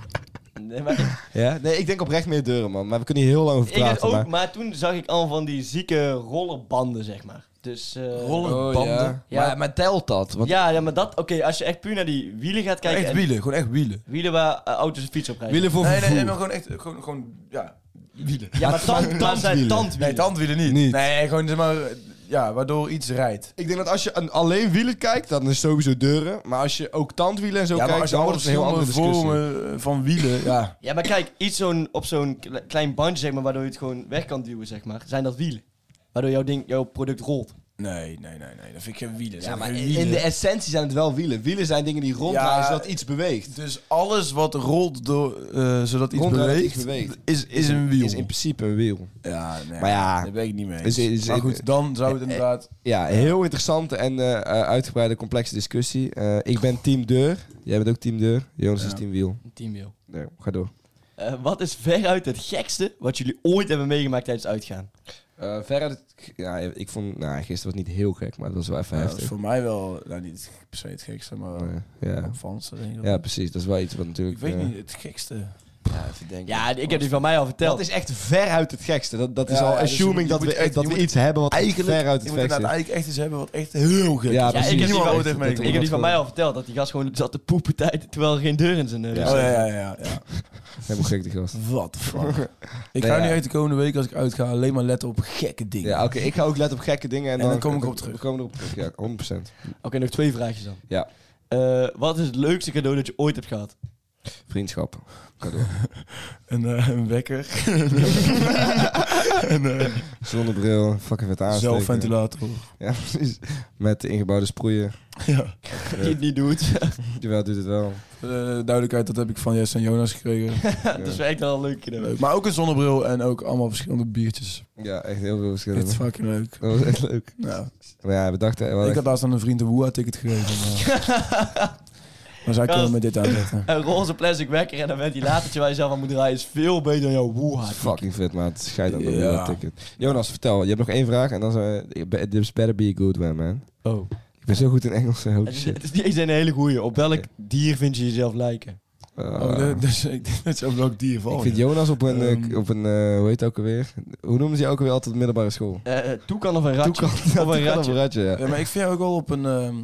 S2: Nee,
S3: [LAUGHS]
S2: maar ik-
S3: ja? Nee, ik denk oprecht meer deuren, man. Maar we kunnen hier heel lang over
S2: ik
S3: praten.
S2: het ook, maar...
S3: maar...
S2: toen zag ik al van die zieke rollerbanden, zeg maar. Dus, eh,
S3: Oh, ja.
S2: Ja.
S3: Maar, maar telt dat? Want
S2: Ja, ja, maar dat, oké, als je echt puur naar die wielen gaat kijken.
S5: echt
S2: en
S5: wielen, gewoon echt wielen.
S2: wielen waar eh, auto's en fietsen op rijden.
S3: wielen voor vervoer.
S5: maar gewoon echt, gewoon, gewoon ja, wielen.
S3: [LAUGHS]
S2: Ja, maar tand,
S3: Maar
S2: tand-
S3: tandwielen.
S2: zijn
S5: Nee,
S2: tandwielen.
S5: tandwielen niet.
S3: Niet.
S5: Nee, gewoon zeg maar, eh, ja, waardoor iets rijdt.
S3: Ik denk dat als je aan alleen wielen kijkt, dan is sowieso deuren. Maar als je ook tandwielen en zo
S5: ja, maar
S3: kijkt,
S5: als je
S3: dan
S5: alle
S3: wordt het een heel andere
S5: verschillende
S3: discussie.
S5: vormen eh, van wielen, [LAUGHS] ja.
S2: Ja, maar kijk, iets zo'n, op zo'n kle- klein bandje, zeg maar, waardoor je het gewoon weg kan duwen, zeg maar, zijn dat wielen. Waardoor jouw, ding, jouw product rolt.
S5: Nee, nee, nee, nee. Dat vind ik geen wielen.
S3: Ja,
S5: Dat
S3: maar
S5: zijn geen
S3: in de
S5: wielen.
S3: essentie zijn het wel wielen. Wielen zijn dingen die ronddraaien
S5: Ja.
S3: zodat iets beweegt.
S5: Dus alles wat rolt door, eh, zodat iets
S3: Ronddraaien dat
S5: beweegt,
S3: iets beweegt.
S5: Is, is een wiel.
S3: Is in principe een wiel.
S5: ja, nee,
S3: Maar ja,
S5: daar ben ik niet mee
S3: is-
S5: eens.
S3: is-
S5: maar goed, dan zou het
S3: eh,
S5: inderdaad...
S3: Ja, heel interessante en eh, eh, uitgebreide complexe discussie. Eh, ik ben team deur. Jij bent ook team deur. Jonas
S5: Ja.
S3: is team wiel.
S2: Een teamwiel.
S3: Nee, ga door.
S2: Eh, wat is veruit het gekste wat jullie ooit hebben meegemaakt tijdens uitgaan?
S3: Eh, verder, het- ja, ik vond, nou, gisteren was niet heel gek, maar het was wel even
S5: Ja, dat is
S3: heftig.
S5: voor mij wel, nou niet per se het gekste, maar wel
S3: Eh, ja.
S5: opvallendste, denk ik.
S3: ja, precies. Dat is wel iets wat natuurlijk...
S5: ik weet
S3: eh,
S5: niet, het gekste.
S3: ja, even denken.
S2: Ja, ik heb die van mij al verteld.
S3: Dat is echt veruit het gekste. Dat, dat is
S5: Ja,
S3: al
S5: ja, dus je
S3: assuming
S5: moet-
S3: dat,
S5: je
S3: we,
S5: moet echt-
S3: dat
S5: je
S3: we
S5: moet
S3: iets hebben wat echt
S5: Eigenlijk,
S3: veruit
S5: je
S3: het
S5: moet
S3: gekste
S5: inderdaad
S3: is.
S5: eigenlijk echt iets hebben wat echt heel gek
S3: Ja,
S5: is.
S2: Ja,
S3: precies.
S2: ik heb die
S5: Niemand
S2: wel-
S5: ooit heeft
S3: dat-
S5: meegemaakt.
S2: ik heb die van mij al verteld dat die gast gewoon zat te poepen tijd, terwijl er geen deur in zijn eh,
S3: Ja.
S2: zat.
S5: Oh ja, ja, ja. ja.
S3: Helemaal gek, die gast.
S5: Wat de
S2: [LAUGHS]
S5: fuck. ik
S3: Nee,
S5: ga
S3: ja.
S5: nu echt de komende week als ik uitga alleen maar letten op gekke dingen.
S3: Ja, oké. ik ga ook letten op gekke dingen. En,
S5: En dan kom ik erop terug.
S3: We komen erop terug, ja. 100%.
S2: Oké, nog twee vraagjes dan.
S3: Ja.
S2: Eh, wat is het leukste cadeau dat je ooit hebt gehad?
S3: Vriendschap.
S5: Een, eh, een
S3: [LAUGHS]
S5: wekker. [LAUGHS] een eh,
S3: Zonnebril. Fucking vet aansteken.
S5: zelfventilator.
S3: Ja, [LAUGHS] precies. Met de ingebouwde sproeier.
S5: Ja.
S2: Dat je het niet
S5: [LAUGHS]
S2: doet.
S3: Jawel, doet het wel.
S5: Eh, duidelijkheid, dat heb ik van Jess en Jonas gekregen.
S2: [LAUGHS] dat is wel echt wel een leuk cadeau.
S5: Leuk. Maar ook een zonnebril en ook allemaal verschillende biertjes.
S3: Ja, echt heel veel verschillende.
S5: Echt fucking leuk.
S3: Dat was echt leuk.
S5: Ja.
S3: Maar ja, we dachten... we hadden
S5: Ik had laatst aan een vriend een Woeha-ticket gegeven. Maar,
S2: [LAUGHS]
S5: maar zij
S2: Gast.
S5: kunnen me dit aanzetten.
S2: [LAUGHS] Een roze plastic wekker en een ventilatortje waar je zelf aan moet draaien is veel beter dan jouw woeha.
S3: echt Fucking vet, maar het scheidt aan dat
S5: Ja.
S3: ticket. Jonas, vertel. Je hebt nog één vraag en dan zijn we... This better be a good one, man.
S2: Oh.
S3: Ik ben zo goed in Engels. Holy
S2: Het is,
S3: Oh, shit.
S2: het is niet eens een hele goeie. Op welk
S3: Oké.
S2: dier vind je jezelf lijken?
S3: Ah.
S5: Oh, dat, dat is, [LAUGHS] ik denk dat is ook welk dier
S3: ik
S5: valt.
S3: vind Jonas op een, eh,
S5: Ehm.
S3: k- op een eh, hoe heet het ook alweer? Hoe noemen ze die ook alweer altijd op de middelbare school?
S2: Eh eh, toekan of een ratje?
S3: Toekan.
S2: Of
S3: Toekan
S2: een ratje.
S3: [LAUGHS] ja.
S5: Ja, maar ik vind jou ook wel op een, ehm,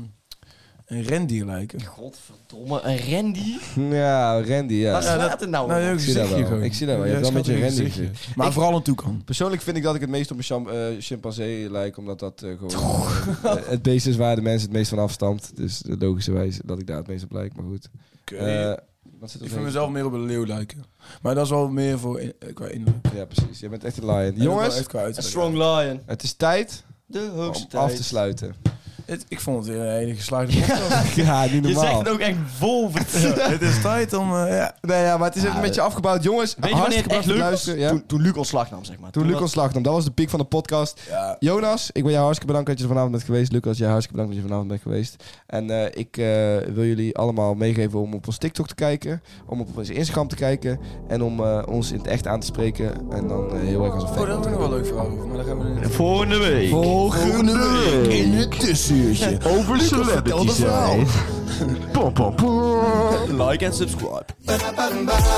S5: een rendier lijken.
S3: Oh,
S2: Godverdomme, een rendier?
S3: Ja, Randy, ja.
S2: Waar
S5: Ja,
S2: staat
S5: dat-
S2: het nou?
S5: Nou, je
S2: op?
S3: Ik zie dat
S5: gezichtje
S3: wel.
S5: gewoon.
S3: Ik zie dat wel. Je
S5: Ja,
S3: hebt wel
S5: schat
S3: met je
S5: in
S3: rendier
S5: Maar
S3: Ik-
S5: vooral een toekan.
S3: Persoonlijk vind ik dat ik het meest op een cham- eh, chimpansee lijk, omdat dat eh, [LAUGHS] gewoon eh, het beest is waar de mens het meest van afstamt. Dus eh, logischerwijs dat ik daar het meest op lijk, maar goed. Eh, wat zit er
S5: ik
S3: nog
S5: vind mezelf meer op een leeuw lijken. Maar dat is wel meer voor in, eh, qua innerlijk.
S3: in? Ja, precies. Je bent echt een lion. Jongens,
S2: Een strong lion.
S3: het is tijd
S2: De
S3: om
S2: hoogste tijd.
S3: af te
S2: [LAUGHS]
S3: sluiten.
S5: Het, ik vond het weer een hele geslaagde
S3: [LAUGHS]
S5: podcast.
S3: Ja, niet
S2: Je zegt
S3: normaal.
S2: het ook echt vol vertrouwen.
S5: Ja, het is tijd om... eh, ja.
S3: Nee, ja, maar het is even
S2: Ah,
S3: met je afgebouwd. Jongens,
S2: Weet je wanneer het
S3: hartstikke
S2: echt
S3: bedankt voor het
S2: leuk was?
S3: luisteren. Ja?
S2: Toen, toen Luc ontslag nam, zeg maar.
S3: Toen Lucas slagnam, dat was de piek van de podcast.
S5: Ja.
S3: Jonas, ik ben jou hartstikke bedankt dat je er vanavond bent geweest. Lucas, jij hartstikke bedankt dat je vanavond bent geweest. En eh, ik eh, wil jullie allemaal meegeven om op ons TikTok te kijken, om op ons Instagram te kijken en om eh, ons in het echt aan te spreken. En dan eh, heel erg als een
S5: Oh, daar hebben
S3: fan.
S5: we nog wel leuk verhaal over, maar daar gaan we in.
S2: Volgende week.
S3: Volgende week in het tussenuurtje over de verhaal.
S2: Like en subscribe.